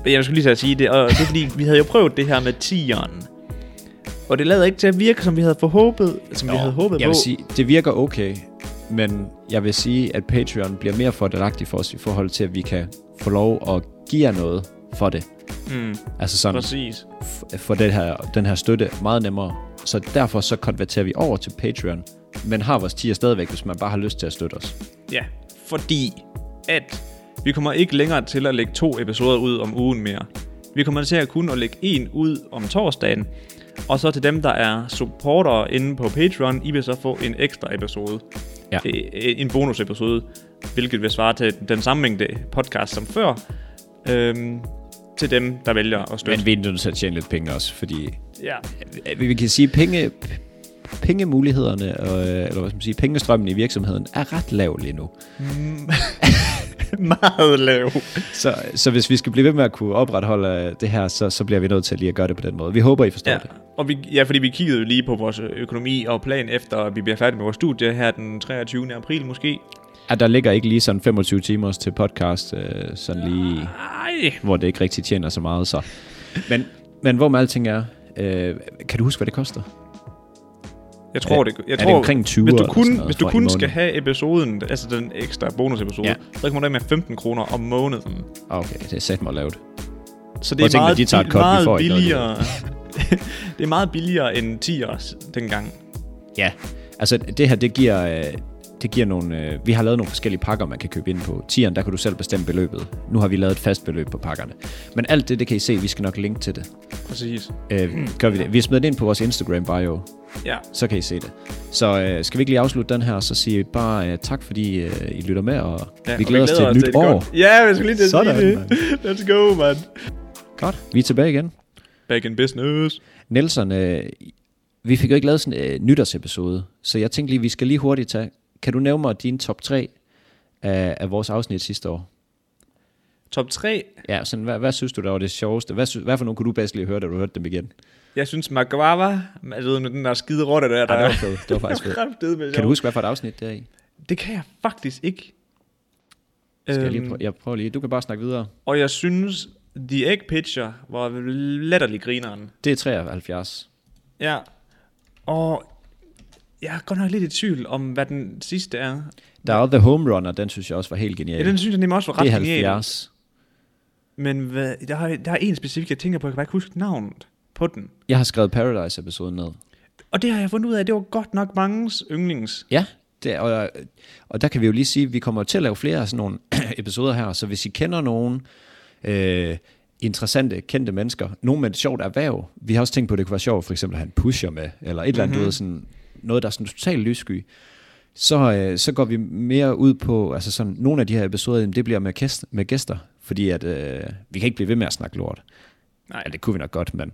Speaker 1: Jeg skulle lige til at sige det, og det er fordi, vi havde jo prøvet det her med tieren. Og det lader ikke til at virke, som vi havde forhåbet, som vi havde håbet
Speaker 2: jeg
Speaker 1: på.
Speaker 2: vil sige, det virker okay, men jeg vil sige, at Patreon bliver mere fordelagtig for os i forhold til, at vi kan få lov at give jer noget for det.
Speaker 1: Mm,
Speaker 2: Altså sådan,
Speaker 1: præcis.
Speaker 2: f- få det her, den her støtte meget nemmere. Så derfor så konverterer vi over til Patreon, men har vores tier stadigvæk, hvis man bare har lyst til at støtte os.
Speaker 1: Ja, fordi at vi kommer ikke længere til at lægge to episoder ud om ugen mere. Vi kommer til at kun at lægge en ud om torsdagen, og så til dem, der er supportere inde på Patreon, I vil så få en ekstra episode.
Speaker 2: Ja.
Speaker 1: Øh, En bonusepisode, hvilket vil svare til den samme mængde podcast som før, øhm, til dem, der vælger at støtte.
Speaker 2: Men vi er nødt til at tjene lidt penge også, fordi
Speaker 1: ja.
Speaker 2: øh, vi kan sige, penge, p- pengemulighederne, øh, eller hvad skal man sige, pengestrømmen i virksomheden er ret lav lige nu.
Speaker 1: Meget lav.
Speaker 2: Så, så hvis vi skal blive ved med at kunne opretholde øh, det her, så, så bliver vi nødt til lige at gøre det på den måde. Vi håber, I forstår
Speaker 1: Ja,
Speaker 2: det.
Speaker 1: og vi, ja, fordi vi kiggede jo lige på vores økonomi og plan efter, at vi bliver færdige med vores studie her den 23. april måske.
Speaker 2: At der ligger ikke lige sådan 25 timer til podcast, øh, sådan lige...
Speaker 1: Nej,
Speaker 2: hvor det ikke rigtig tjener så meget. Så. Men, men hvor med alting er, øh, kan du huske, hvad det koster?
Speaker 1: jeg tror
Speaker 2: Er-
Speaker 1: det. Jeg
Speaker 2: er det
Speaker 1: tror,
Speaker 2: omkring 20
Speaker 1: hvis du
Speaker 2: eller
Speaker 1: kun,
Speaker 2: sådan noget
Speaker 1: hvis du
Speaker 2: for i
Speaker 1: kun
Speaker 2: måneden?
Speaker 1: skal have episoden, altså den ekstra bonusepisode,
Speaker 2: Ja.
Speaker 1: ja. så kommer du af med 15 kroner om måneden.
Speaker 2: Ah, Okay, det er sat mig lavt.
Speaker 1: Så
Speaker 2: Prøv at
Speaker 1: det
Speaker 2: tænke,
Speaker 1: er
Speaker 2: når
Speaker 1: meget,
Speaker 2: de tager et
Speaker 1: bi-
Speaker 2: cut, vi
Speaker 1: meget
Speaker 2: får ikke noget
Speaker 1: billigere. det er meget billigere end 10 års dengang.
Speaker 2: Ja, altså det her, det giver, øh, det giver nogle... Øh, vi har lavet nogle forskellige pakker, man kan købe ind på. Tieren, der kan du selv bestemme beløbet. Nu har vi lavet et fast beløb på pakkerne. Men alt det, det kan I se, vi skal nok linke til det.
Speaker 1: Præcis.
Speaker 2: Øh, gør vi det. Vi smider det ind på vores Instagram bio,
Speaker 1: Ja,
Speaker 2: så kan I se det. Så øh, skal vi ikke lige afslutte den her, så siger vi bare øh, tak, fordi øh, I lytter med, og
Speaker 1: ja
Speaker 2: ja, vi
Speaker 1: og
Speaker 2: glæder os til et nyt år.
Speaker 1: godt- Ja, vi skal lige til at sige
Speaker 2: Sådan,
Speaker 1: det.
Speaker 2: mand.
Speaker 1: Let's go, man.
Speaker 2: Godt, vi er tilbage igen.
Speaker 1: Back in business.
Speaker 2: Nelson, øh, vi fik jo ikke lavet sådan en øh, nytårsepisode, så jeg tænkte lige, vi skal lige hurtigt tage. Kan du nævne mig dine top 3 af, af vores afsnit sidste år?
Speaker 1: Top 3
Speaker 2: Ja, sådan, hvad, hvad synes du, der var det sjoveste? Hvad, sy- hvad for nogle kunne du bedst lige høre, da du hørte dem igen?
Speaker 1: Jeg synes Maguava, altså med den der skide rotte der, der
Speaker 2: Ej, det var fedt. Det var faktisk fedt.
Speaker 1: fedt.
Speaker 2: Kan du huske, hvad for et afsnit det er i?
Speaker 1: Det kan jeg faktisk ikke.
Speaker 2: Skal jeg, lige
Speaker 1: Øhm,
Speaker 2: prøve, jeg prøver lige. Du kan bare snakke videre.
Speaker 1: Og jeg synes, The Egg Pitcher var latterlig grineren.
Speaker 2: Det er 73.
Speaker 1: Ja. Og jeg er godt nok lidt i tvivl om, hvad den sidste er.
Speaker 2: Der er The Home Runner, den synes jeg også var helt genial.
Speaker 1: Ja, den synes jeg nemlig også var
Speaker 2: det er
Speaker 1: ret genial.
Speaker 2: 70.
Speaker 1: Men hvad, der, er, der er en specifik, jeg tænker på, jeg kan bare ikke huske navnet på den.
Speaker 2: Jeg har skrevet Paradise-episoden ned.
Speaker 1: Og det har jeg fundet ud af, det var godt nok mangens yndlings.
Speaker 2: Ja, det, og, og der kan vi jo lige sige, at vi kommer til at lave flere af sådan nogle episoder her, så hvis I kender nogen øh, interessante, kendte mennesker, nogen med et sjovt erhverv, vi har også tænkt på, at det kunne være sjovt for eksempel at have en pusher med, eller et eller andet, mm-hmm. sådan, noget, der er sådan totalt lyssky, så, øh, så går vi mere ud på, altså sådan, nogle af de her episoder, jamen, det bliver med, kæst, med gæster, fordi at, øh, vi kan ikke blive ved med at snakke lort. Nej, det kunne vi nok godt, men...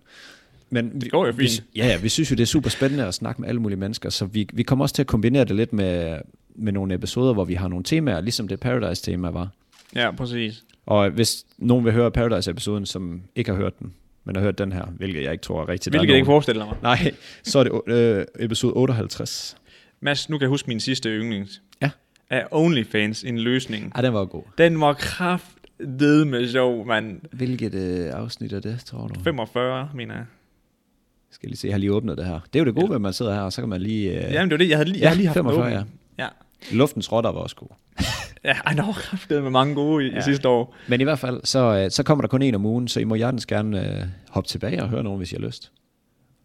Speaker 2: Men det
Speaker 1: går jo
Speaker 2: Vi,
Speaker 1: fint.
Speaker 2: ja, ja, vi synes jo, det er super spændende at snakke med alle mulige mennesker, så vi, vi kommer også til at kombinere det lidt med, med nogle episoder, hvor vi har nogle temaer, ligesom det Paradise-tema var.
Speaker 1: Ja, præcis.
Speaker 2: Og hvis nogen vil høre Paradise-episoden, som ikke har hørt den, men har hørt den her, hvilket jeg ikke tror er rigtigt.
Speaker 1: Hvilket jeg ikke forestiller mig.
Speaker 2: Nej, så er det øh, episode 58.
Speaker 1: Mads, nu kan jeg huske min sidste yndlings.
Speaker 2: Ja.
Speaker 1: Af OnlyFans en løsning.
Speaker 2: Ah, den var god.
Speaker 1: Den var kraftedeme med sjov, mand.
Speaker 2: Hvilket øh, afsnit er det, tror du?
Speaker 1: 45, mener jeg.
Speaker 2: Skal jeg lige se, jeg har lige åbnet det her. Det er jo det gode ved, at man sidder her, og så kan man lige...
Speaker 1: Ja.
Speaker 2: Øh,
Speaker 1: Jamen, det var det. Jeg havde lige, jeg havde lige haft
Speaker 2: 45,
Speaker 1: åben.
Speaker 2: ja.
Speaker 1: Ja.
Speaker 2: Luftens rotter var også god.
Speaker 1: Ja, ej, der var kraftedeme med mange gode i, ja. i sidste år.
Speaker 2: Men i hvert fald, så, øh, så kommer der kun en om ugen, så I må hjertens gerne øh, hoppe tilbage og høre nogen, hvis I har lyst.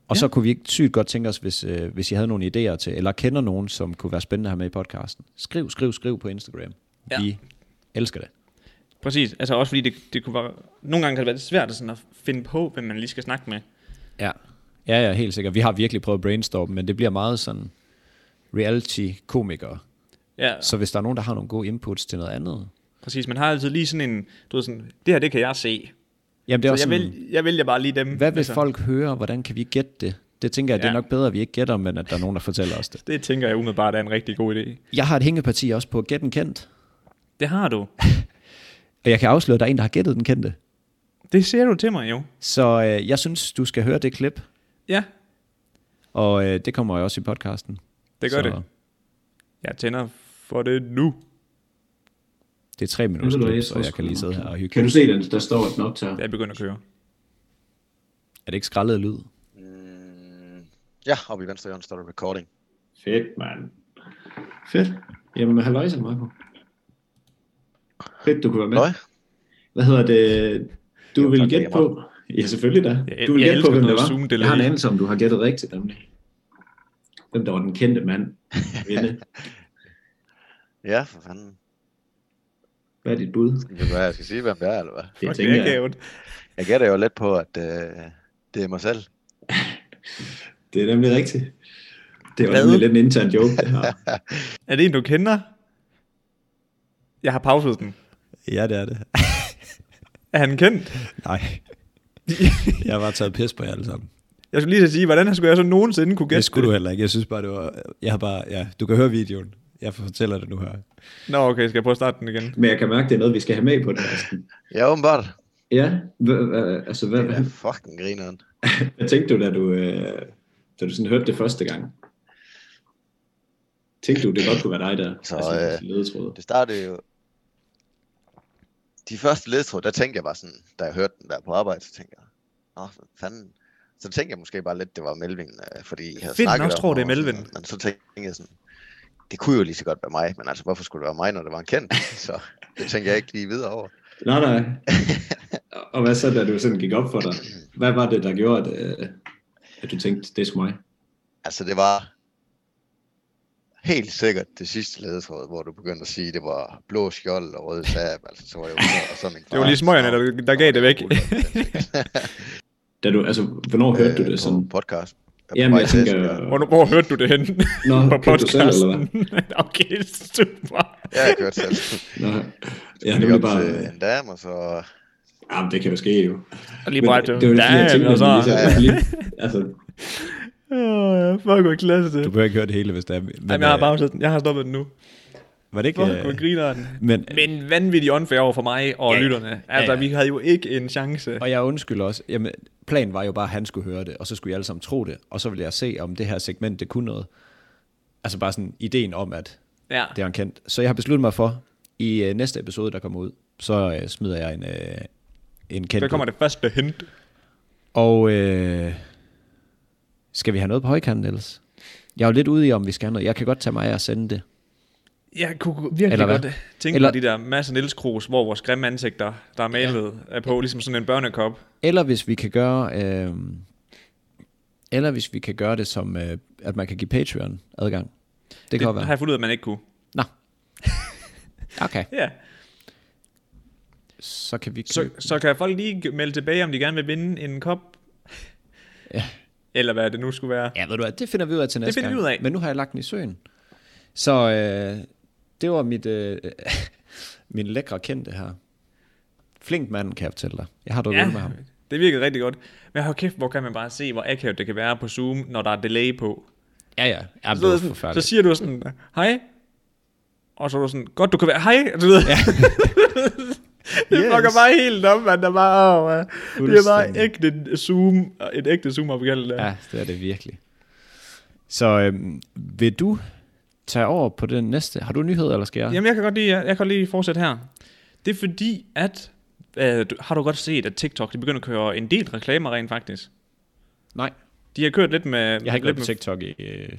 Speaker 2: Og ja. så kunne vi ikke sygt godt tænke os, hvis, øh, hvis I havde nogle idéer til, eller kender nogen, som kunne være spændende her med i podcasten. Skriv, skriv, skriv på Instagram.
Speaker 1: Ja.
Speaker 2: Ja. Vi elsker det.
Speaker 1: Præcis. Altså også fordi det, det kunne være... Nogle gange kan det være lidt svært sådan at finde på, hvem man lige skal snakke med.
Speaker 2: Ja. Ja, ja, helt sikkert. Vi har virkelig prøvet at brainstorme, men det bliver meget sådan reality-komikere.
Speaker 1: Ja,
Speaker 2: Så hvis der er nogen, der har nogle gode inputs til noget andet,
Speaker 1: præcis. Man har altid lige sådan en... Du ved sådan, det her, det kan jeg se.
Speaker 2: jamen
Speaker 1: Så
Speaker 2: det er
Speaker 1: jeg,
Speaker 2: også sådan,
Speaker 1: vil, jeg vælger bare lige dem. altså.
Speaker 2: hvad vil folk høre, hvordan kan vi gætte det? Det tænker jeg, det er
Speaker 1: Ja.
Speaker 2: nok bedre, at vi ikke gætter, men at der er nogen, der fortæller os det.
Speaker 1: Det tænker jeg umiddelbart er en rigtig god idé.
Speaker 2: Jeg har et hængeparti også på Gætten Kendt.
Speaker 1: Det har du.
Speaker 2: Og jeg kan afsløre, at der er en, der har gættet den kendte.
Speaker 1: Det ser du til mig jo.
Speaker 2: Så øh, jeg synes, du skal høre det klip,
Speaker 1: Ja,
Speaker 2: og øh, det kommer jo også i podcasten.
Speaker 1: det gør
Speaker 2: så
Speaker 1: det. Jeg tænder for det nu.
Speaker 2: Det er tre minutter, klip, så jeg kan lige sidde her og hygge.
Speaker 6: Kan du se, den, der står den optager?
Speaker 1: Jeg begynder at køre.
Speaker 2: Er det ikke skrællet lyd?
Speaker 7: Mm, ja, oppe i venstre hjørne står der recording.
Speaker 6: Fedt, mand. Fedt. Jamen, halløjsa, Marco. Fedt, du kunne være med.
Speaker 7: Nøj,
Speaker 6: Hvad hedder det? Du vil
Speaker 7: tak,
Speaker 6: gætte
Speaker 7: Emma.
Speaker 6: på... Ja, selvfølgelig da.
Speaker 1: Jeg-
Speaker 6: Du vil
Speaker 1: jeg
Speaker 6: gætte på,
Speaker 1: elsker
Speaker 6: hvem det
Speaker 1: noget
Speaker 6: var.
Speaker 1: Zoom
Speaker 6: Jeg har en
Speaker 1: delay.
Speaker 6: anelse om, du har gættet rigtigt, nemlig. Hvem der var den kendte mand. Vinde.
Speaker 7: Ja, for fanden.
Speaker 6: Hvad er dit bud?
Speaker 7: Skal det være, jeg skal sige, hvem det er, eller hvad?
Speaker 6: Det
Speaker 1: Fuck,
Speaker 6: tænker
Speaker 1: det er
Speaker 6: jeg.
Speaker 1: gavet.
Speaker 7: Jeg gætter jo lidt på, at øh, det er mig selv.
Speaker 6: Det er nemlig rigtigt. Det var
Speaker 7: Hvad?
Speaker 6: nemlig lidt en intern joke, det her.
Speaker 1: Er det en, du kender? Jeg har pauset den.
Speaker 2: Ja, det er det.
Speaker 1: Er han kendt?
Speaker 2: Nej. jeg har bare taget pis på jer alle sammen.
Speaker 1: Jeg skulle lige til at sige, hvordan skulle jeg så nogensinde kunne gætte
Speaker 2: Det skulle du heller ikke. Jeg synes bare, det var... Jeg har bare... Ja, du kan høre videoen. Jeg fortæller det nu her.
Speaker 1: Nå, okay, skal jeg prøve at starte den igen?
Speaker 6: Men jeg kan mærke, det er noget, vi skal have med på det. Carsten.
Speaker 7: Ja, åbenbart.
Speaker 6: Ja, hva- hva- altså hvad,
Speaker 7: Det er
Speaker 6: hvad,
Speaker 7: fucking grineren.
Speaker 6: hvad tænkte du, da du, øh, da du sådan hørte det første gang? Tænkte du, det godt kunne være dig der?
Speaker 7: Så,
Speaker 6: altså,
Speaker 7: øh,
Speaker 6: ledetråde.
Speaker 7: Det startede jo... De første ledtråd, der tænkte jeg bare sådan, da jeg hørte den der på arbejde, så tænkte jeg, nå, for fanden. Så tænkte jeg måske bare lidt, det var Melvin, øh, fordi jeg havde
Speaker 1: Fedt
Speaker 7: snakket
Speaker 1: nok
Speaker 7: om
Speaker 1: tror, det er
Speaker 7: ham og sådan
Speaker 1: Melvin.
Speaker 7: noget. Men så tænkte jeg sådan, det kunne jo lige så godt være mig, men altså, hvorfor skulle det være mig, når det var en kendt? så det tænkte jeg ikke lige videre over.
Speaker 6: Nej, nej. Og hvad så, da du sådan gik op for dig? Hvad var det, der gjorde, at, øh, at du tænkte, det er sgu mig?
Speaker 7: Altså, det var helt sikkert det sidste ledetråd, hvor du begyndte at sige, det var blå skjold og rød sab, altså, så var det jo og så min far.
Speaker 1: Det var lige smøgerne, der, der gav det væk.
Speaker 6: Da du, altså, hvornår øh, hørte du det sådan?
Speaker 7: På podcast. Jeg
Speaker 6: Jamen, jeg tænker...
Speaker 1: Hvor, hvor hørte du det henne?
Speaker 6: Nå,
Speaker 1: på
Speaker 6: kørte du selv, eller hvad?
Speaker 1: podcasten? okay, super.
Speaker 7: Ja, jeg kørte selv.
Speaker 6: Nå,
Speaker 7: Jeg
Speaker 6: ja, nu
Speaker 7: gik
Speaker 6: er det
Speaker 7: op
Speaker 6: bare...
Speaker 7: til en dame, og så...
Speaker 6: Jamen, det kan jo ske jo.
Speaker 1: Og lige
Speaker 6: Men
Speaker 1: bare,
Speaker 6: det var jo sådan, jeg tænkte,
Speaker 1: og
Speaker 6: at
Speaker 1: så...
Speaker 6: vi lige, så, lige, altså,
Speaker 1: Åh, fuck, hvor klasse det.
Speaker 2: Du behøver ikke høre det hele, hvis det er... Men,
Speaker 1: Jamen, jeg har
Speaker 2: øh,
Speaker 1: pauset den. Jeg har stoppet den nu.
Speaker 2: Var det ikke...
Speaker 1: Fuck, hvor
Speaker 2: øh,
Speaker 1: griner den.
Speaker 2: men,
Speaker 1: Men vanvittig unfair over for mig og
Speaker 2: Ja, ja.
Speaker 1: lytterne. Altså,
Speaker 2: Ja, ja.
Speaker 1: vi havde jo ikke en chance.
Speaker 2: Og jeg undskylder også. Jamen, planen var jo bare, at han skulle høre det, og så skulle jeg alle sammen tro det, og så ville jeg se, om det her segment, det kunne noget. Altså bare sådan ideen om, at
Speaker 1: Ja.
Speaker 2: det er en kendt. Så jeg har besluttet mig for, i øh, næste episode, der kommer ud, så øh, smider jeg en, øh, en kendt
Speaker 1: Der kommer
Speaker 2: ud.
Speaker 1: det første hint.
Speaker 2: Og øh, skal vi have noget på højkanten ellers? Jeg er jo lidt ude i, om vi skal have noget. Jeg kan godt tage mig af at sende det.
Speaker 1: Jeg kunne virkelig
Speaker 2: Eller
Speaker 1: Eller
Speaker 2: hvad?
Speaker 1: godt tænke
Speaker 2: Eller-
Speaker 1: Eller... på de der masse Niels Kroos, hvor vores grimme ansigter, der er malet, ja. er på, ligesom sådan en børnekop.
Speaker 2: Eller hvis vi kan gøre... Øh, eller hvis vi kan gøre det som, øh, at man kan give Patreon adgang. Det, det kan godt
Speaker 1: Det har
Speaker 2: være.
Speaker 1: jeg fundet ud af, at man ikke kunne.
Speaker 2: Nå. Okay.
Speaker 1: Ja.
Speaker 2: Så kan vi
Speaker 1: Så,
Speaker 2: købe.
Speaker 1: så kan folk lige melde tilbage, om de gerne vil vinde en kop.
Speaker 2: Ja.
Speaker 1: Eller hvad det nu skulle være.
Speaker 2: Ja, ved du hvad, det finder vi ud af til næste
Speaker 1: finder vi
Speaker 2: gang.
Speaker 1: ud af.
Speaker 2: Men nu har jeg lagt den i søen. Så øh, det var mit, øh, min lækre kendte her. Flink mand, kan jeg fortælle dig. Jeg har drukket ja. med ham.
Speaker 1: det virkede rigtig godt. Men hold kæft, hvor kan man bare se, hvor akavet det kan være på Zoom, når der er delay på.
Speaker 2: Ja, ja. Jamen,
Speaker 1: Så,
Speaker 2: det var
Speaker 1: sådan, så
Speaker 2: forfærdeligt.
Speaker 1: siger du sådan, hej. Og så er du sådan, godt du kan være, hej. Du ved, ja. det
Speaker 2: Yes.
Speaker 1: yes. fucker bare helt op, man. Der bare, oh, det er bare
Speaker 2: Fuldstændig.
Speaker 1: ægte Zoom, et ægte Zoom-opgæld. Ja.
Speaker 2: Ja, det er det virkelig. Så øh, vil du tage over på den næste? Har du nyheder, eller skal jeg?
Speaker 1: Jamen, jeg kan godt lige, jeg kan godt lige fortsætte her. Det er fordi, at øh, du- har du godt set, at TikTok de begynder at køre en del reklamer rent faktisk.
Speaker 2: Nej,
Speaker 1: De har kørt lidt med...
Speaker 2: jeg har ikke
Speaker 1: lidt
Speaker 2: været på
Speaker 1: med-
Speaker 2: TikTok i øh,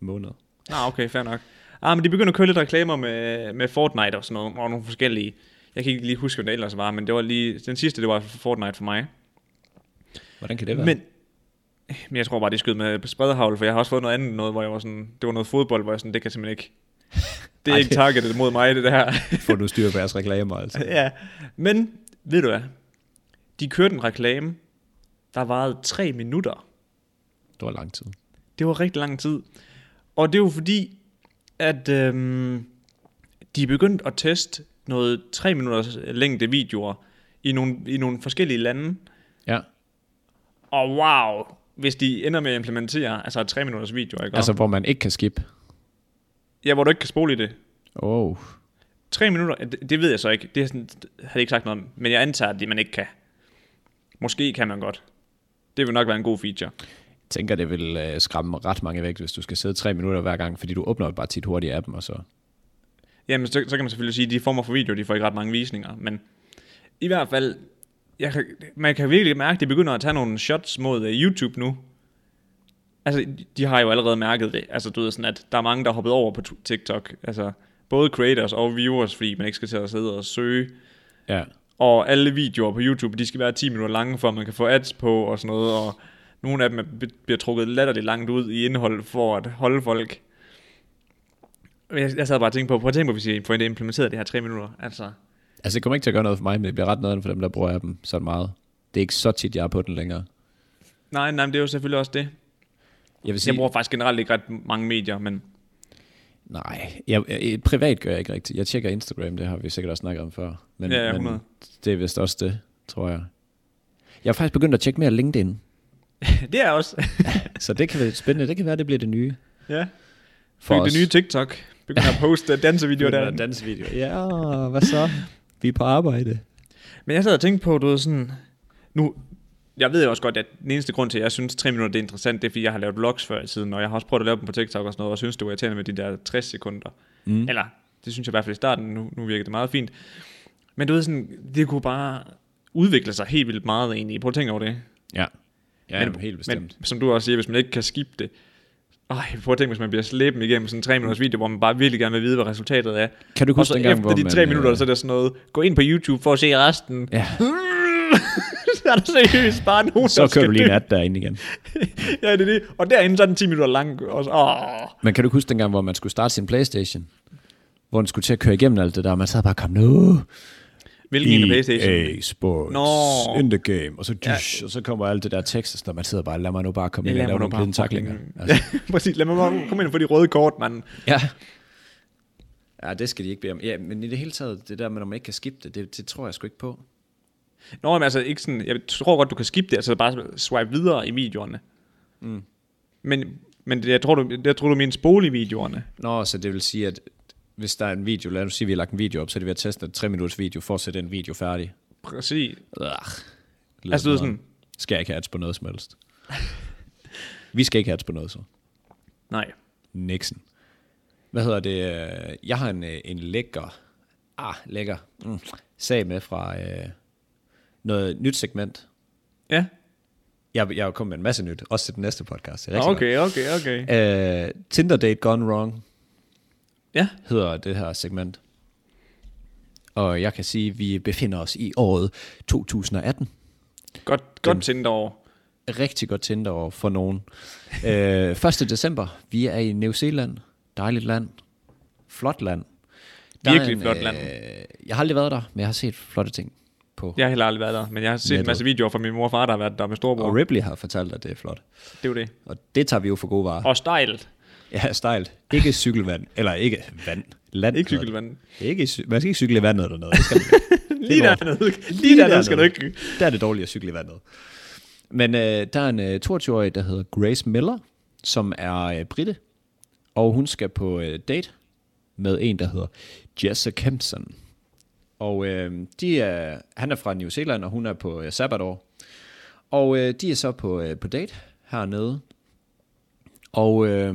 Speaker 2: måneder.
Speaker 1: Ah, okay, fair nok. Ah, men de begynder at køre lidt reklamer med, med Fortnite og sådan noget, og nogle forskellige. Jeg kan ikke lige huske, hvad det ellers var, men det var lige... Den sidste, det var Fortnite for mig.
Speaker 2: Hvordan kan det være?
Speaker 1: Men, men jeg tror bare, det skød med spredhavl, for jeg har også fået noget andet noget, hvor jeg var sådan... Det var noget fodbold, hvor jeg sådan, det kan simpelthen ikke... Det er
Speaker 2: Ej,
Speaker 1: ikke
Speaker 2: det-
Speaker 1: targetet mod mig, det der.
Speaker 2: Får du styr på jeres reklamer, altså?
Speaker 1: ja, men ved du hvad? De kørte en reklame, der varede tre minutter.
Speaker 2: Det var lang tid.
Speaker 1: Det var rigtig lang tid. Og det er jo fordi, at øhm, de er begyndt at teste noget tre minutters længde videoer i nogle, i nogle forskellige lande.
Speaker 2: Ja.
Speaker 1: Og wow, hvis de ender med at implementere altså tre minutters videoer, ikke?
Speaker 2: Altså, hvor man ikke kan skip.
Speaker 1: ja, hvor du ikke kan spole i det.
Speaker 2: Oh.
Speaker 1: Tre minutter, det, det ved jeg så ikke. Det er sådan, har de ikke sagt noget om. Men jeg antager, at det man ikke kan. Måske kan man godt. Det vil nok være en god feature.
Speaker 2: Jeg tænker, det vil øh, skræmme ret mange væk, hvis du skal sidde tre minutter hver gang, fordi du åbner jo bare tit hurtigt appen, og så...
Speaker 1: Jamen, så, så kan man selvfølgelig sige, at de former for video, de får ikke ret mange visninger, men i hvert fald, jeg kan, man kan virkelig mærke, at de begynder at tage nogle shots mod øh, YouTube nu. Altså, de har jo allerede mærket det. Altså, du ved sådan, at der er mange, der er hoppet over på tu- TikTok. Altså, både creators og viewers, fordi man ikke skal til at sidde og søge.
Speaker 2: Ja.
Speaker 1: og alle videoer på YouTube, de skal være 10 minutter lange, for at man kan få ads på og sådan noget, og nogle af dem er- bliver trukket latterligt langt ud i indhold for at holde folk. Jeg, jeg sad bare og tænkte på, prøv at tænke på, hvis I får implementeret det her 3 minutter, altså.
Speaker 2: Altså, det kommer ikke til at gøre noget for mig, men det bliver ret noget for dem, der bruger appen så meget. Det er ikke så tit, jeg er på den længere.
Speaker 1: Nej, nej, men det er jo selvfølgelig også det.
Speaker 2: Jeg vil sige,
Speaker 1: Jeg bruger faktisk generelt ikke ret mange medier, men
Speaker 2: Nej, jeg, jeg, privat gør jeg ikke rigtigt. Jeg tjekker Instagram, det har vi sikkert også snakket om før. Men,
Speaker 1: Ja, ja,
Speaker 2: men
Speaker 1: 100.
Speaker 2: det er vist også det, tror jeg. Jeg har faktisk begyndt at tjekke mere LinkedIn,
Speaker 1: det er også.
Speaker 2: så det kan være spændende. Det kan være, det bliver det nye
Speaker 1: ja.
Speaker 2: for
Speaker 1: For
Speaker 2: os.
Speaker 1: det nye TikTok. Begynder at poste dansevideoer der.
Speaker 2: dansevideo. Ja, hvad så? Vi er på arbejde.
Speaker 1: Men jeg sad og tænkte på, du ved sådan... Nu, jeg ved jo også godt, at den eneste grund til, at jeg synes 3 minutter det er interessant, det er, fordi jeg har lavet vlogs før i tiden, og jeg har også prøvet at lave dem på TikTok og sådan noget, og synes, det var irriterende med de der 60 sekunder. Mm. Eller, det synes jeg i hvert fald i starten, nu, nu virker det meget fint. Men du ved sådan, det kunne bare udvikle sig helt vildt meget egentlig. Prøv at tænke over det.
Speaker 2: Ja, ja
Speaker 1: Men-
Speaker 2: men, helt bestemt.
Speaker 1: Men som du også siger, hvis man ikke kan skippe det, ej, prøv at tænke, hvis man bliver slæbt igennem sådan en 3 minutters video, hvor man bare virkelig gerne vil vide, hvad resultatet er.
Speaker 2: Kan du
Speaker 1: Og
Speaker 2: huske
Speaker 1: så
Speaker 2: dengang,
Speaker 1: efter
Speaker 2: hvor
Speaker 1: de
Speaker 2: man,
Speaker 1: 3 minutter,
Speaker 2: øh,
Speaker 1: så er der sådan noget, gå ind på YouTube for at se resten.
Speaker 2: Ja.
Speaker 1: så er der seriøst bare nogen, der
Speaker 2: så kører
Speaker 1: skal
Speaker 2: du lige en
Speaker 1: dø.
Speaker 2: ad derinde igen.
Speaker 1: ja, det er det. Og derinde så er den 10 minutter lang. Og så, åh.
Speaker 2: Men kan du huske dengang, hvor man skulle starte sin Playstation? Hvor den skulle til at køre igennem alt det der, og man sad bare, kom nu,
Speaker 1: Hvilken en af Playstation?
Speaker 2: EA Sports,
Speaker 1: Nå.
Speaker 2: in the game, og så, dysh, ja. og så kommer alt det der tekst, og sådan, og man sidder bare, lad mig nu bare komme ind og lave nogle glidende taklinger. Altså,
Speaker 1: Altså. Præcis, lad mig bare komme ind på de røde kort, mand.
Speaker 2: ja. ja, det skal de ikke bede om. Ja, men i det hele taget, det der med, når man ikke kan skippe det, det, det tror jeg sgu ikke på.
Speaker 1: Nå, men altså ikke sådan, jeg tror godt, du kan skippe det, altså bare swipe videre i videoerne. Mm. Men, men det, jeg, tror, du, jeg tror, du mener spole i videoerne.
Speaker 2: Nå, så det vil sige, at hvis der er en video, lad os sige, at vi har lagt en video op, så er det ved at teste en 3 minutters video, for at sætte den video færdig.
Speaker 1: Præcis.
Speaker 2: Øh,
Speaker 1: Altså, du ved sådan,
Speaker 2: Skal jeg ikke have ads på noget som helst? vi skal ikke have ads på noget så.
Speaker 1: nej.
Speaker 2: Nixon. Hvad hedder det? øh, Jeg har en, øh, en lækker, ah, lækker mm, sag med fra øh, noget nyt segment.
Speaker 1: Ja,
Speaker 2: Jeg, jeg er kommet med en masse nyt, også til den næste podcast. Det er
Speaker 1: Nå,
Speaker 2: rigtig
Speaker 1: okay, okay, okay.
Speaker 2: godt. Øh, Tinder date gone wrong
Speaker 1: Ja,
Speaker 2: hedder det her segment. Og jeg kan sige, at vi befinder os i året 2018.
Speaker 1: godt, godt tændt over.
Speaker 2: Rigtig godt Tinder for nogen. øh, 1. december, vi er i New Zealand. Dejligt land. Flot land. Der er
Speaker 1: Virkelig flot land.
Speaker 2: Øh, jeg har aldrig været der, men jeg har set flotte ting på.
Speaker 1: Jeg har heller aldrig været der, men jeg har set en
Speaker 2: Nettet.
Speaker 1: masse videoer fra min mor og far, der har været der med storebror.
Speaker 2: Og Ripley har fortalt, at det er flot.
Speaker 1: Det er jo det.
Speaker 2: Og det tager vi jo for gode varer.
Speaker 1: Og stejlt.
Speaker 2: Ja, stejlt. Ikke cykelvand. Eller ikke vand. Land.
Speaker 1: Ikke
Speaker 2: hedder det.
Speaker 1: cykelvand.
Speaker 2: Ikke, i cy- man skal ikke cykle i vandet eller noget. Det skal man
Speaker 1: Lige
Speaker 2: var-
Speaker 1: dernede. Lige dernede skal du ikke.
Speaker 2: Der er det dårligt at cykle i vandet. Men øh, der er en øh, 22-årig, der hedder Grace Miller, som er øh, britte, og hun skal på øh, date med en, der hedder Jesse Kempson. Og øh, de er, han er fra New Zealand, og hun er på øh, sabbatår. Og øh, de er så på, øh, på date hernede. Og øh,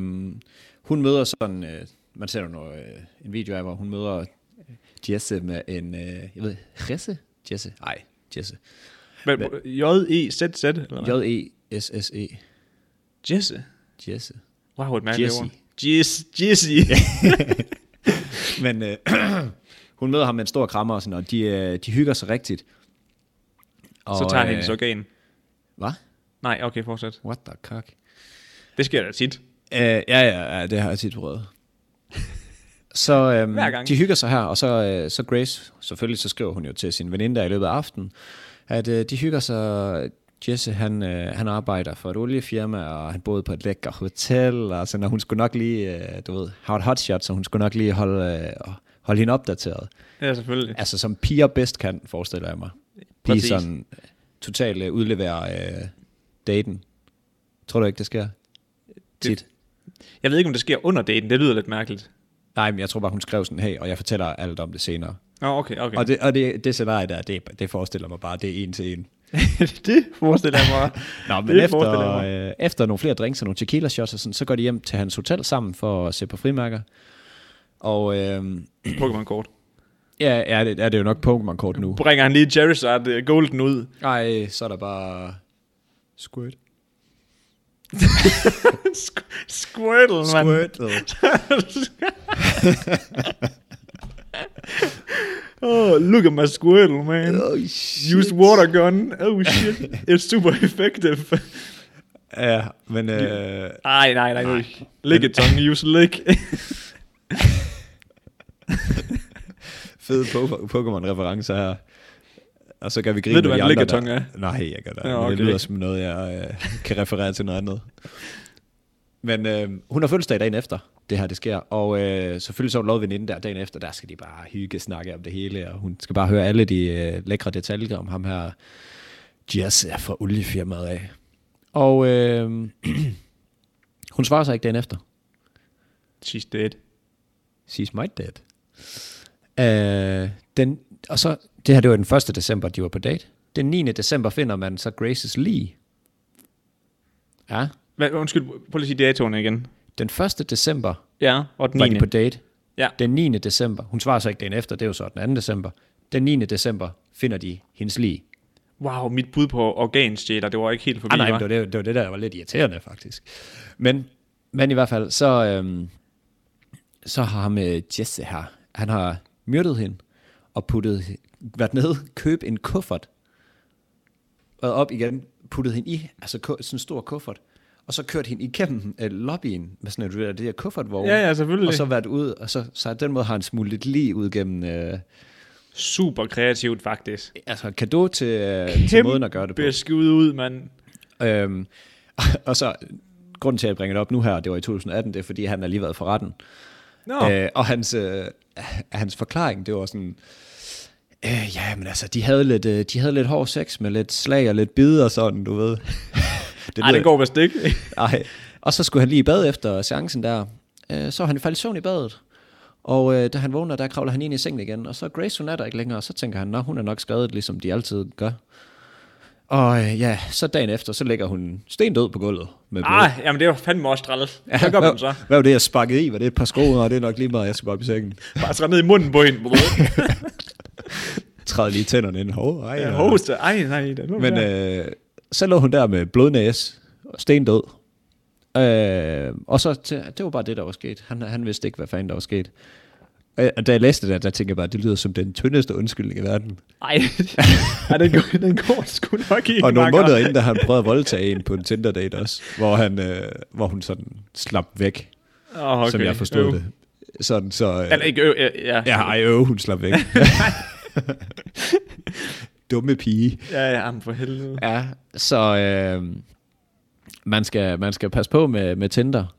Speaker 2: hun møder sådan, øh, man ser jo noget, øh, en video af, hvor hun møder Jesse med en, øh, jeg ved, Jesse? Jesse? Nej, Jesse.
Speaker 1: Men, J-E-Z-Z, E eller hvad?
Speaker 2: J-E-S-S-E.
Speaker 1: Jesse.
Speaker 2: Jesse.
Speaker 1: Wow, et mærkeligt
Speaker 2: Jesse.
Speaker 1: ord. Jess, Jesse.
Speaker 2: Men øh, hun møder ham med en stor krammer og sådan, og de, øh, de hygger sig rigtigt. Og, øh,
Speaker 1: Så tager han hendes organ.
Speaker 2: Hvad?
Speaker 1: Nej, okay, fortsæt.
Speaker 2: What the cock?
Speaker 1: Det sker da tit.
Speaker 2: Øh, ja, ja, ja, det har jeg tit prøvet. Så øhm,
Speaker 1: Hver gang.
Speaker 2: de hygger sig her, og så, øh, så Grace, selvfølgelig så skriver hun jo til sin veninde der i løbet af aftenen, at øh, de hygger sig, Jesse han, øh, han arbejder for et oliefirma, og han boede på et lækker hotel, og sådan, og hun skulle nok lige, øh, du ved, have et hotshot, så hun skulle nok lige holde, øh, holde hende opdateret.
Speaker 1: Ja, selvfølgelig.
Speaker 2: Altså som piger bedst kan, forestiller jeg mig. De
Speaker 1: Præcis.
Speaker 2: sådan totalt øh, udleverer øh, daten. Tror du ikke, det sker? Tit.
Speaker 1: Jeg ved ikke, om det sker under daten. Det lyder lidt mærkeligt.
Speaker 2: Nej, men jeg tror bare, hun skrev sådan, hey, og jeg fortæller alt om det senere.
Speaker 1: Nå, okay, okay.
Speaker 2: Og det, og det, det scenarie der, det, det forestiller mig bare, det er en til en.
Speaker 1: det forestiller jeg mig.
Speaker 2: Nå, men
Speaker 1: Det forestiller
Speaker 2: efter,
Speaker 1: jeg mig.
Speaker 2: øh, efter nogle flere drinks og nogle tequila shots og sådan, så går de hjem til hans hotel sammen for at se på frimærker. Og øh,
Speaker 1: Pokémon-kort.
Speaker 2: ja, er det, er det jo nok Pokémon-kort nu.
Speaker 1: Bringer han lige Charizard øh, Golden ud.
Speaker 2: Nej, så er der bare... Squirt.
Speaker 1: Sk- Squirtle, mand.
Speaker 2: Squirtle.
Speaker 1: Åh, oh, oh, look at my squirtle, man. Oh, shit. Used water gun. Oh, shit. It's super effective.
Speaker 2: Ja, men... Øh,
Speaker 1: Ej, nej, nej, nej. Lick it, tongue. Use lick.
Speaker 2: fede po- Pokémon-referencer her. Og så kan vi grine
Speaker 1: Ved du,
Speaker 2: med
Speaker 1: hvad
Speaker 2: de
Speaker 1: en
Speaker 2: andre,
Speaker 1: liggetong
Speaker 2: der-
Speaker 1: er?
Speaker 2: Nej, jeg gør det.
Speaker 1: Nå,
Speaker 2: Ja, okay. Det
Speaker 1: okay.
Speaker 2: lyder som noget, jeg øh, kan referere til noget andet. Men øh, hun har fødselsdag dagen efter, det her det sker. Og øh, selvfølgelig så har hun lovet veninde der dagen efter, der skal de bare hygge snakke om det hele. Og hun skal bare høre alle de øh, lækre detaljer om ham her. Jazz er fra oliefirmaet af. Og øh, hun svarer sig ikke dagen efter.
Speaker 1: She's dead.
Speaker 2: She's my dad. Øh, den, og så, det her det var den 1. december, de var på date. Den 9. december finder man så Graces lige. Ja,
Speaker 1: Hvad, undskyld, prøv lige at sige datoen igen.
Speaker 2: den 1. december
Speaker 1: Ja, og den
Speaker 2: var
Speaker 1: 9.
Speaker 2: de på date.
Speaker 1: Ja.
Speaker 2: Den 9. december, hun svarer så ikke dagen efter, det er jo så den 2. december. Den 9. december finder de hendes lige.
Speaker 1: Wow, mit bud på organstjæler, det var ikke helt forbi,
Speaker 2: Ah, nej, men
Speaker 1: hva'?
Speaker 2: det var det, det var det, der var lidt irriterende, faktisk. Men, men i hvert fald, så, øhm, så har ham øh, Jesse her, han har myrdet hende og puttet, været nede, købt en kuffert, og op igen, puttet hende i, altså ku- sådan en stor kuffert, og så kørt hende igennem øh, lobbyen med sådan et, du ved, det her kuffertvogn.
Speaker 1: Ja, ja, selvfølgelig.
Speaker 2: Og så været ud, og så, så den måde har han smuglet lige ud gennem, øh,
Speaker 1: Super kreativt, faktisk.
Speaker 2: altså kado til, øh, til måden at gøre det på.
Speaker 1: Beskud ud, mand.
Speaker 2: Øhm, og så, grunden til, at jeg bringer det op nu her, det var i 2018, det er, fordi han har lige været for retten.
Speaker 1: Nå,
Speaker 2: Oh. Øh, og hans, øh, hans forklaring, det var sådan, øh, ja, men altså, de havde, lidt, øh, de havde lidt hård sex med lidt slag og lidt bid og sådan, du ved. det
Speaker 1: Ej,
Speaker 2: lyder-
Speaker 1: det går vist ikke.
Speaker 2: Ej. Og så skulle han lige i bad efter seancen der. Øh, så var han faldet i søvn i badet. Og øh, da han vågner, der kravler han ind i sengen igen. Og så Grace, hun er der ikke længere. Og så tænker han, nå, hun er nok skadet, ligesom de altid gør. Og øh, ja, så dagen efter, så ligger hun stendød på gulvet. Med blod.
Speaker 1: Ah, jamen det var fandme også træls. Hvad gør man så?
Speaker 2: Hvad var det, jeg sparkede i? Var det et par sko? Og det er nok lige meget, jeg skal bare op i sengen.
Speaker 1: Bare træde ned i munden på hende.
Speaker 2: Træde lige tænderne ind. Hov, ej,
Speaker 1: Ja,
Speaker 2: og-
Speaker 1: hoste. Ej, nej, det
Speaker 2: Men øh, så lå hun der med blodnæs og stendød. Øh, og så, til- det var bare det, der var sket. Han, han vidste ikke, hvad fanden der var sket. Øh, Og da jeg læste det, der, der tænkte jeg bare, at det lyder som den tyndeste undskyldning i verden.
Speaker 1: Ej, ej den, går, den går sgu nok ikke.
Speaker 2: Og nogle
Speaker 1: Marker.
Speaker 2: måneder inden, der han prøvede at voldtage en på en Tinder-date også, hvor, han, øh, hvor hun sådan slap væk,
Speaker 1: Åh,
Speaker 2: okay. som jeg forstod
Speaker 1: Øv.
Speaker 2: det. Sådan, så... Øh,
Speaker 1: Eller ikke øv, ja. Ja,
Speaker 2: ja, ej, øh, hun slap væk. Dumme pige.
Speaker 1: ja, ja men for helvede.
Speaker 2: Ja, så øh, man, skal, man skal passe på med, med Tinder.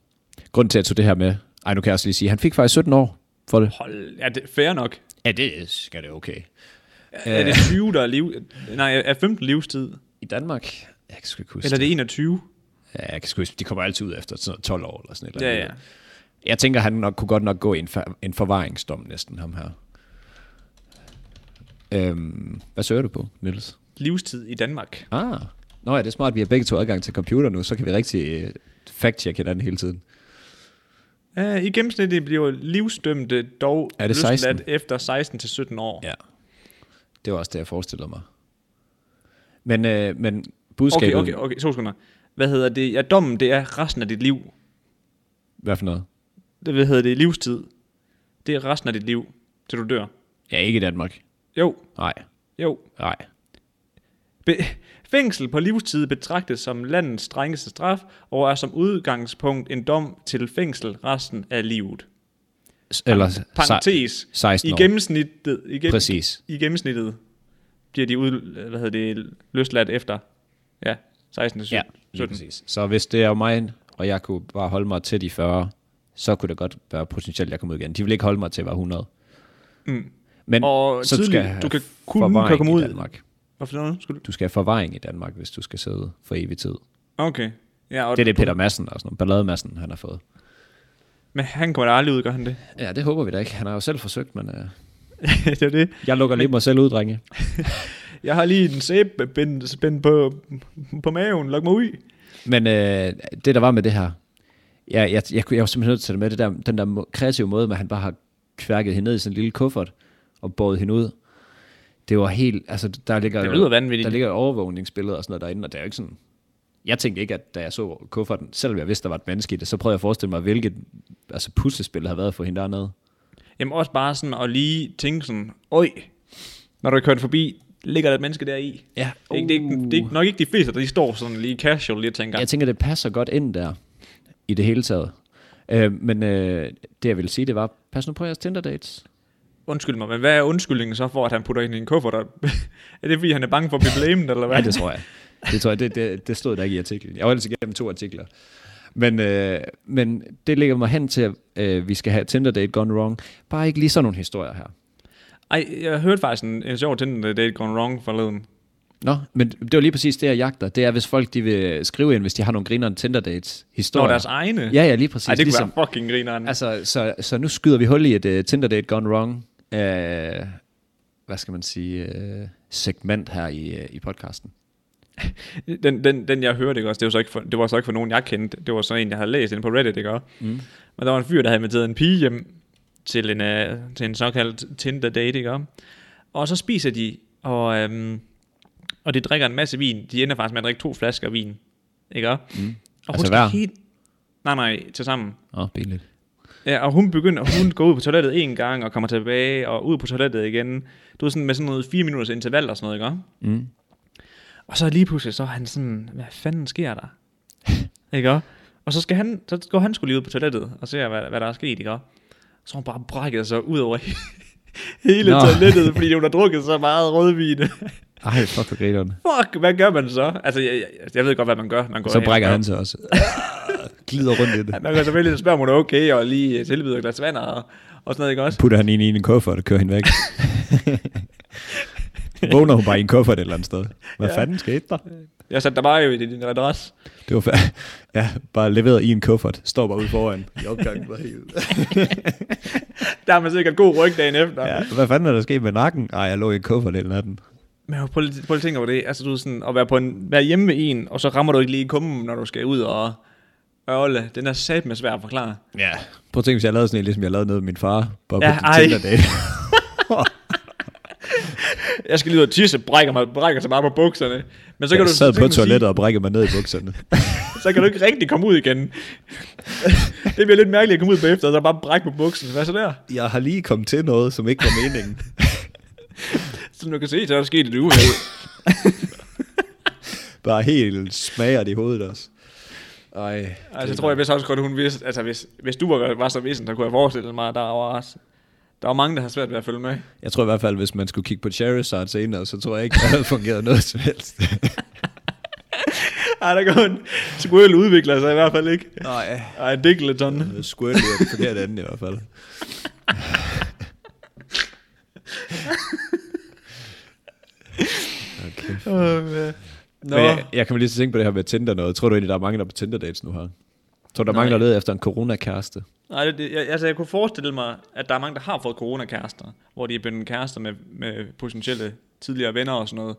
Speaker 2: Grunden til, at jeg tog det her med, ej nu kan jeg også lige sige, han fik faktisk 17 år for det.
Speaker 1: Hold, ja, det er fair nok.
Speaker 2: Ja, det skal det okay.
Speaker 1: Er det 20, der er liv... Nej, er 15 livstid?
Speaker 2: I Danmark, jeg kan sgu ikke huske
Speaker 1: Eller er det 21?
Speaker 2: det. Ja, jeg kan sgu ikke, de kommer altid ud efter sådan noget 12 år eller sådan et eller
Speaker 1: Ja,
Speaker 2: andet.
Speaker 1: ja.
Speaker 2: Jeg tænker, han nok, kunne godt nok gå i en, for, en forvaringsdom næsten, ham her. Øhm, hvad søger du på, Niels?
Speaker 1: Livstid i Danmark.
Speaker 2: Ah, nå ja, det er smart, vi har begge to adgang til computer nu, så kan vi rigtig øh, fact-check hinanden hele tiden.
Speaker 1: Ja, I gennemsnit bliver livsdømte dog
Speaker 2: Er det
Speaker 1: løsladt
Speaker 2: 16?
Speaker 1: efter 16 til 17 år.
Speaker 2: Ja. Det var også det, jeg forestillede mig. Men, øh, men budskabet...
Speaker 1: Okay, okay, okay, to sekunder. Hvad hedder det? Ja, dommen, det er resten af dit liv.
Speaker 2: Hvad for noget?
Speaker 1: Det, hvad hedder det? Livstid. Det er resten af dit liv, til du dør.
Speaker 2: Ja, ikke i Danmark.
Speaker 1: Jo,
Speaker 2: Nej,
Speaker 1: jo.
Speaker 2: nej.
Speaker 1: Be- fængsel på livstid betragtes som landets strengeste straf, og er som udgangspunkt en dom til fængsel resten af livet.
Speaker 2: S- Eller
Speaker 1: Parentes.
Speaker 2: se- 16
Speaker 1: I
Speaker 2: år.
Speaker 1: gennemsnittet, i, gennem,
Speaker 2: Præcis.
Speaker 1: i gennemsnittet bliver de ud, hvad hedder det, løsladt efter ja, 16 til 17.
Speaker 2: Ja, lige
Speaker 1: 17.
Speaker 2: præcis. Så hvis det er mig, og jeg kunne bare holde mig til de 40, så kunne det godt være potentielt, at jeg kom ud igen. De vil ikke holde mig til at være 100.
Speaker 1: Mm.
Speaker 2: Men
Speaker 1: Og
Speaker 2: så
Speaker 1: tidlig-
Speaker 2: have
Speaker 1: du kan kun-
Speaker 2: forvaring
Speaker 1: kan komme
Speaker 2: i
Speaker 1: ud.
Speaker 2: Danmark.
Speaker 1: Hvorfor noget? Skulle du?
Speaker 2: Du skal have forvaring i Danmark, hvis du skal sidde for evig tid.
Speaker 1: Okay. Ja, og
Speaker 2: Det er det Peter Madsen og sådan noget. Ballademassen, han har fået.
Speaker 1: Men han kommer da aldrig ud, gør han det?
Speaker 2: Ja, det håber vi da ikke. Han har jo selv forsøgt, men øh,
Speaker 1: det er det.
Speaker 2: jeg lukker lige mig selv ud, drenge.
Speaker 1: Jeg har lige en sæbe spændt spænd på, på maven. Luk mig ud.
Speaker 2: Men øh, det, der var med det her, jeg, jeg, jeg, kunne- jeg var simpelthen nødt til at tage det med, det der, den der må- kreative måde, med at han bare har kværket hende ned i sådan en lille kuffert og båret hende ud. Det var helt, altså der ligger,
Speaker 1: Det lyder vanvittigt.
Speaker 2: der ligger overvågningsbilleder og sådan noget derinde, og det er jo ikke sådan, jeg tænkte ikke, at da jeg så kufferten, selvom jeg vidste, der var et menneske i det, så prøvede jeg at forestille mig, hvilket altså, puslespil der har været for hende dernede.
Speaker 1: Jamen også bare sådan at lige tænke sådan, øj, når du er kørt forbi, ligger der et menneske der i.
Speaker 2: Ja.
Speaker 1: Det er, ikke, det, er ikke, det er ikke- nok ikke de fleste, der lige står sådan lige casual lige og tænker,
Speaker 2: Uh. Jeg tænker, det passer godt ind der, i det hele taget. Øh, men øh, det, jeg ville sige, det var, pas nu på jeres Tinder-dates.
Speaker 1: undskyld mig, men hvad er undskyldningen så for, at han putter hende i en kuffert? Og- er det fordi, han er bange for at blive blamed, eller hvad?
Speaker 2: Ja, det tror jeg. Det, tror jeg. Det, det, det stod der ikke i artiklen. Jeg var ellers igennem to artikler. Men, øh, men det ligger mig hen til, at øh, vi skal have Tinder date gone wrong. Bare ikke lige sådan nogle historier her.
Speaker 1: Ej, jeg hørte faktisk en, en sjov Tinder date gone wrong forleden.
Speaker 2: Nå, men det var lige præcis det, jeg jagter. Det er, hvis folk de vil skrive ind, hvis de har nogle grineren Tinder dates
Speaker 1: Nå,
Speaker 2: historier.
Speaker 1: deres egne.
Speaker 2: Ja, ja, lige præcis.
Speaker 1: Ej, det kunne
Speaker 2: ligesom,
Speaker 1: være fucking grineren. Altså,
Speaker 2: altså, så, så nu skyder vi hul i et uh, Tinder date gone wrong. Uh, hvad skal man sige? Uh, segment her i, uh, i podcasten.
Speaker 1: den, den, den, jeg hørte, ikke også, det var, så ikke for, det var så ikke for nogen, jeg kendte. Det var så en, jeg havde læst inde på Reddit, ikke også? Mm. Men der var en fyr, der havde inviteret en pige hjem til en, uh, til en såkaldt Tinder date, ikke også? Og så spiser de, og, øhm, og de drikker en masse vin. De ender faktisk med at drikke to flasker vin, ikke også? Mm. Og
Speaker 2: Altså
Speaker 1: skal
Speaker 2: hver?
Speaker 1: helt... Nej, nej, til sammen.
Speaker 2: Åh, oh, pinligt.
Speaker 1: Ja, og hun begynder, hun går ud på toilettet en gang, og kommer tilbage, og ud på toilettet igen. Du er sådan med sådan noget fire minutters interval og sådan noget, ikke?
Speaker 2: Mm.
Speaker 1: Og så lige pludselig, så er han sådan, hvad fanden sker der? ikke også? Og så, skal han, så går han skulle lige ud på toilettet, og ser, hvad, hvad der er sket, ikke også? Så har hun bare brækket sig ud over hele
Speaker 2: Nå.
Speaker 1: toilettet, fordi hun har drukket så meget rødvin.
Speaker 2: Ej, fuck for grineren.
Speaker 1: Fuck, hvad gør man så? Altså, jeg, jeg, jeg ved godt, hvad man gør. Man går
Speaker 2: Så
Speaker 1: hen og
Speaker 2: brækker
Speaker 1: gør-
Speaker 2: han sig også. Glider rundt i det.
Speaker 1: Man kan selvfølgelig spørge, om hun er okay, og lige tilbyder et glas vand og, og sådan noget, ikke også?
Speaker 2: putter han hende i en kuffert og kører hende væk. Vågner hun bare i en kuffert et eller andet sted. Hvad ja. fanden skete der?
Speaker 1: Jeg satte dig bare jo i din adresse.
Speaker 2: Det var fa- ja, bare leveret i en kuffert. Står bare ude foran i opgangen.
Speaker 1: Der har man sikkert god ryg dagen efter. Ja.
Speaker 2: ja, hvad fanden er der sket med nakken? Nej, jeg lå i en kuffert hele natten.
Speaker 1: Men prøv lige, prøv lige at tænke over det. Altså, du er sådan at være, på en, være hjemme med en, og så rammer du ikke lige i kummen, når du skal ud og ørle. Den er sat med svær at forklare.
Speaker 2: Ja. Prøv at tænke, hvis jeg lavede sådan en, ligesom jeg lavede noget med min far. Bare
Speaker 1: Ja,
Speaker 2: ja, på
Speaker 1: ej.
Speaker 2: Tinder date.
Speaker 1: Jeg skal lige ud og tisse, brækker, mig, brækker sig bare på bukserne. Men så kan
Speaker 2: Jeg
Speaker 1: du,
Speaker 2: sad
Speaker 1: så kan
Speaker 2: på
Speaker 1: du sige-
Speaker 2: toilettet og brækkede mig ned i bukserne.
Speaker 1: så kan du ikke rigtig komme ud igen. det bliver lidt mærkeligt at komme ud bagefter, og så bare brække på buksen. Hvad så der?
Speaker 2: jeg har lige kommet til noget, som ikke var meningen.
Speaker 1: Som du kan se, så er der sket et uheld.
Speaker 2: Bare helt smager det i hovedet også. Ej.
Speaker 1: Altså, jeg tror jeg vidste også godt, hun vidste, altså hvis, hvis du var, var så vissen, så kunne jeg forestille mig, at der var, der var mange, der har svært ved at følge med.
Speaker 2: Jeg tror i hvert fald, hvis man skulle kigge på Charizard senere, så tror jeg ikke, det havde fungeret noget som helst.
Speaker 1: Ej, der går en squirrel udvikler sig i hvert fald ikke.
Speaker 2: Nej.
Speaker 1: Ej, en diggleton.
Speaker 2: Squirt er den forkerte anden i hvert fald.
Speaker 1: Nå,
Speaker 2: Nå. Men jeg, jeg kan lige så tænke på det her med Tinder noget. Tror du egentlig, der er mange, der er på Tinder dates nu her? Tror du, der er mange, der leder efter en coronakæreste?
Speaker 1: nej, det, det- jeg, altså jeg kunne forestille mig, at der er mange, der har fået coronakærester, hvor de er blevet kærester med, med potentielle tidligere venner og sådan noget.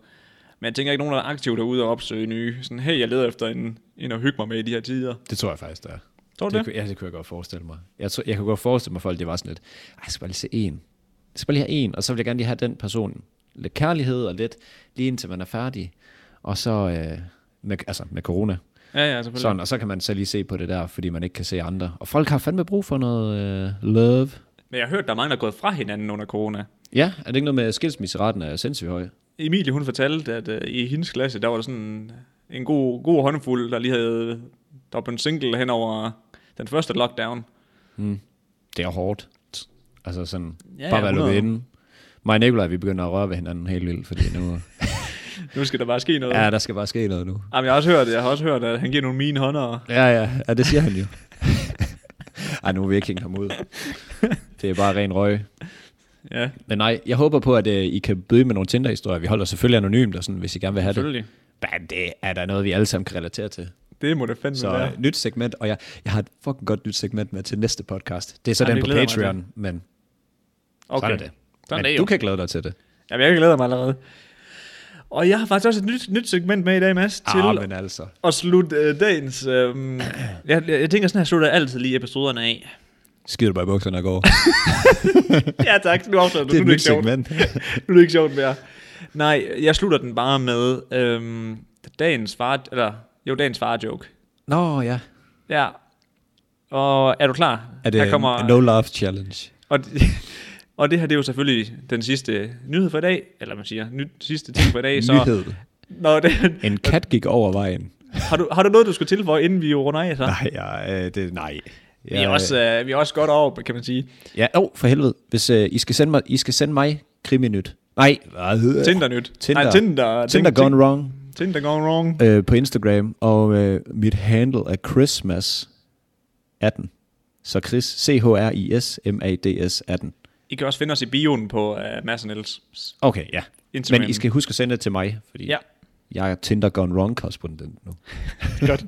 Speaker 1: Men jeg tænker ikke, nogen der er aktivt derude og opsøge nye. Sådan, hey, jeg leder efter en, en at hygge mig med i de her tider.
Speaker 2: Det tror jeg faktisk, der er.
Speaker 1: Tror du
Speaker 2: Det,
Speaker 1: det?
Speaker 2: kunne- ja, det kunne jeg godt forestille mig. Jeg, tror, jeg kunne godt forestille mig, at folk det var sådan lidt, "Ej, jeg skal bare lige se en. Jeg skal bare lige have en, og så vil jeg gerne lige have den person. Lidt kærlighed og lidt, lige indtil man er færdig. Og så, øh, med, altså med corona,
Speaker 1: Ja, ja, selvfølgelig.
Speaker 2: Sådan, og så kan man så lige se på det der, fordi man ikke kan se andre. Og folk har fandme brug for noget øh, love.
Speaker 1: Men jeg har hørt, der er mange, der er gået fra hinanden under corona.
Speaker 2: Ja, er det ikke noget med, at skilsmisseretten er sindssygt høj?
Speaker 1: Emilie, hun fortalte, at øh, i hendes klasse, der var der sådan en god, god håndfuld, der lige havde, der var på en single hen over den første lockdown.
Speaker 2: Det er hårdt. Altså sådan,
Speaker 1: Ja,
Speaker 2: ja, bare
Speaker 1: ja,
Speaker 2: være
Speaker 1: 100.
Speaker 2: lukket inde. Mig og Nicolaj, vi begynder at røre ved hinanden helt vildt, fordi nu...
Speaker 1: Nu skal der bare ske noget. Ja.
Speaker 2: ja, der skal bare ske noget nu.
Speaker 1: Jamen, jeg, har også hørt, jeg har også hørt, at han giver nogle mine hånder. og-
Speaker 2: Ja, ja, ja det siger han jo. Ej, nu er vi ikke hængt ham ud. Det er bare ren røg.
Speaker 1: Ja,
Speaker 2: Men nej, jeg håber på, at øh, I kan byde med nogle Tinder-historier. Vi holder selvfølgelig anonymt, og sådan, hvis I gerne vil have det.
Speaker 1: selvfølgelig.
Speaker 2: Men det er da noget, vi alle sammen kan relatere til.
Speaker 1: Det må det fandme
Speaker 2: Så
Speaker 1: være.
Speaker 2: ja. nyt segment, og jeg, jeg har et fucking godt nyt segment med til næste podcast. Det er så
Speaker 1: Jamen,
Speaker 2: den
Speaker 1: det
Speaker 2: på
Speaker 1: glæder jeg mig
Speaker 2: Patreon, men
Speaker 1: Okay.
Speaker 2: sådan er det.
Speaker 1: Sådan
Speaker 2: men
Speaker 1: er det
Speaker 2: du
Speaker 1: jo. Ah,
Speaker 2: kan glæde dig til det.
Speaker 1: Jamen, jeg glæder mig allerede. Og jeg har faktisk også et nyt, nyt segment med i dag, Mads, til
Speaker 2: Ah, men altså.
Speaker 1: at slutte øh, dagens... Øh, jeg, jeg, jeg tænker sådan, at jeg slutter altid lige episoderne af.
Speaker 2: Skider du bare i bukserne og går.
Speaker 1: ja, tak. Nu afslører du.
Speaker 2: det er
Speaker 1: Nu det ikke
Speaker 2: et nyt
Speaker 1: sjovt.
Speaker 2: segment.
Speaker 1: nu er det ikke sjovt mere. Nej, jeg slutter den bare med øhm, dagens far, eller jo, dagens far joke.
Speaker 2: Nå ja.
Speaker 1: Ja. Og er du klar?
Speaker 2: Er det
Speaker 1: Her
Speaker 2: kommer...
Speaker 1: kommer,
Speaker 2: en no laugh challenge?
Speaker 1: og, Og det her, det er jo selvfølgelig den sidste nyhed for i dag, eller man siger, ny, sidste ting for i dag. Så,
Speaker 2: Nyhed.
Speaker 1: Nå, det,
Speaker 2: En kat gik over vejen.
Speaker 1: har, du, har du noget, du skulle tilføje, inden vi jo runder af så?
Speaker 2: Nej, ja, øh, det, nej. øh,
Speaker 1: Vi er, også, øh, vi er også godt over, kan man sige.
Speaker 2: Ja, åh, for helvede. Hvis øh, I, skal sende mig, I skal sende mig kriminyt. Nej, hvad hedder
Speaker 1: Tinder nyt.
Speaker 2: Øh, Tinder.
Speaker 1: Nej, Tinder.
Speaker 2: Tinder gone wrong
Speaker 1: Tinder gone wrong.
Speaker 2: øh, på Instagram, og øh, mit handle er Christmas18. Så Chris, C-H-R-I-S-M-A-D-S 18.
Speaker 1: I kan også finde os i bioen på uh, Mads Niels.
Speaker 2: Okay, ja.
Speaker 1: Instagram.
Speaker 2: Men I skal huske at sende det til mig, fordi
Speaker 1: Ja.
Speaker 2: jeg er Tinder Gone Wrong korrespondent nu.
Speaker 1: Godt.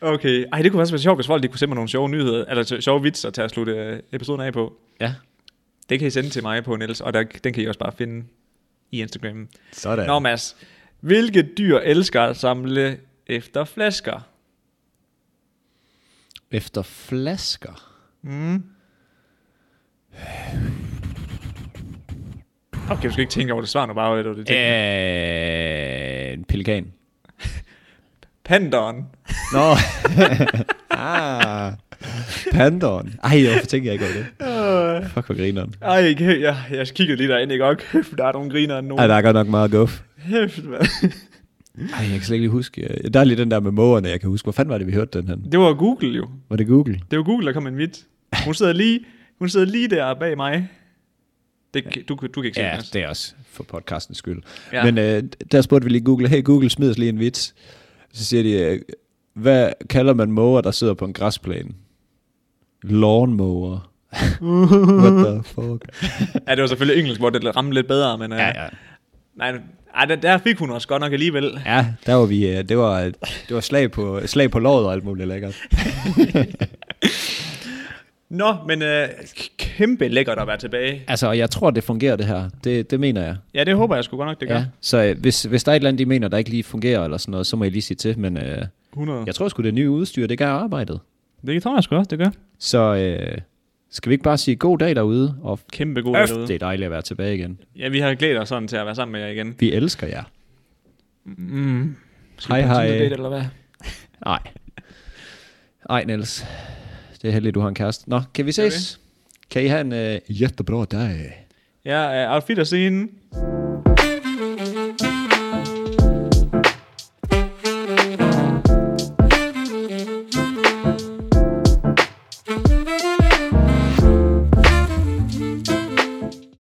Speaker 1: Okay. Ej, det kunne faktisk være sjovt, hvis folk de kunne sende mig nogle sjove nyheder, eller t- sjove vitser til at slutte øh, episoden af på.
Speaker 2: Ja,
Speaker 1: Det kan I sende til mig på Niels, og der, den kan I også bare finde i Instagram.
Speaker 2: sådan.
Speaker 1: Nå, Mads. Hvilke dyr elsker at samle efter flasker?
Speaker 2: Efter flasker.
Speaker 1: Okay, du skal ikke tænke over det svar, nu bare over det. det øh.
Speaker 2: Øh, en pelikan.
Speaker 1: Panderen.
Speaker 2: Nå. ah. Panderen. Ej, hvorfor tænker jeg ikke over det? Fuck, hvor grineren.
Speaker 1: Ej, ikke- jeg, jeg kiggede lige derinde, ikke? Og kæft, der er nogle griner end nogen.
Speaker 2: Ej, der er godt nok meget guf.
Speaker 1: Kæft, mand.
Speaker 2: Ej, jeg kan slet ikke lige huske. øh, Der er lige den der med mågerne, jeg kan huske. Hvor fanden var det, vi hørte den her?
Speaker 1: Det var Google jo.
Speaker 2: Var det Google?
Speaker 1: Det var Google, der kom med en vits. Hun sidder lige, hun sidder lige der bag mig. Det, kan- du, kan- du kan ikke se
Speaker 2: Ja,
Speaker 1: den, altså.
Speaker 2: det er også for podcastens skyld.
Speaker 1: Ja.
Speaker 2: Ja. Men øh, der spurgte vi lige Google, hey Google, smid os lige en vits. Så siger de, øh, hvad kalder man måger, der sidder på en græsplæne? Lawnmower. What the fuck?
Speaker 1: Ja, det var selvfølgelig engelsk, hvor det ramte lidt bedre, men... øh,
Speaker 2: Ja, ja.
Speaker 1: Nej, ej, der, der fik hun også godt nok alligevel.
Speaker 2: Ja, der var vi, øh, det var, det var slag, på, slag på låret og alt muligt lækkert.
Speaker 1: Nå, men øh, k- kæmpe lækkert at være tilbage.
Speaker 2: Altså, og jeg tror, det fungerer det her. Det, det mener jeg.
Speaker 1: Ja, det håber jeg sgu godt nok, det gør.
Speaker 2: Ja. Så øh, hvis, hvis der er et eller andet, I mener, der ikke lige fungerer eller sådan noget, så må I lige sige til. Men øh,
Speaker 1: 100.
Speaker 2: jeg tror sgu, det nye udstyr, det gør arbejdet.
Speaker 1: Det tror jeg sgu også, det gør.
Speaker 2: Så øh, skal vi ikke bare sige god dag derude? Og
Speaker 1: Kæmpe god
Speaker 2: Øf,
Speaker 1: derude.
Speaker 2: det er dejligt at være tilbage igen.
Speaker 1: Ja, vi har glædet os sådan til at være sammen med jer igen.
Speaker 2: Vi elsker jer.
Speaker 1: Mm. Skal
Speaker 2: Hej,
Speaker 1: vi på en
Speaker 2: hej.
Speaker 1: Tinder-date, eller hvad?
Speaker 2: Nej. Ej, Niels. Det er heldigt, du har en kæreste. Nå, kan vi ses? Kan I have en øh, jättebra dag?
Speaker 1: Ja, øh, auf Wiedersehen.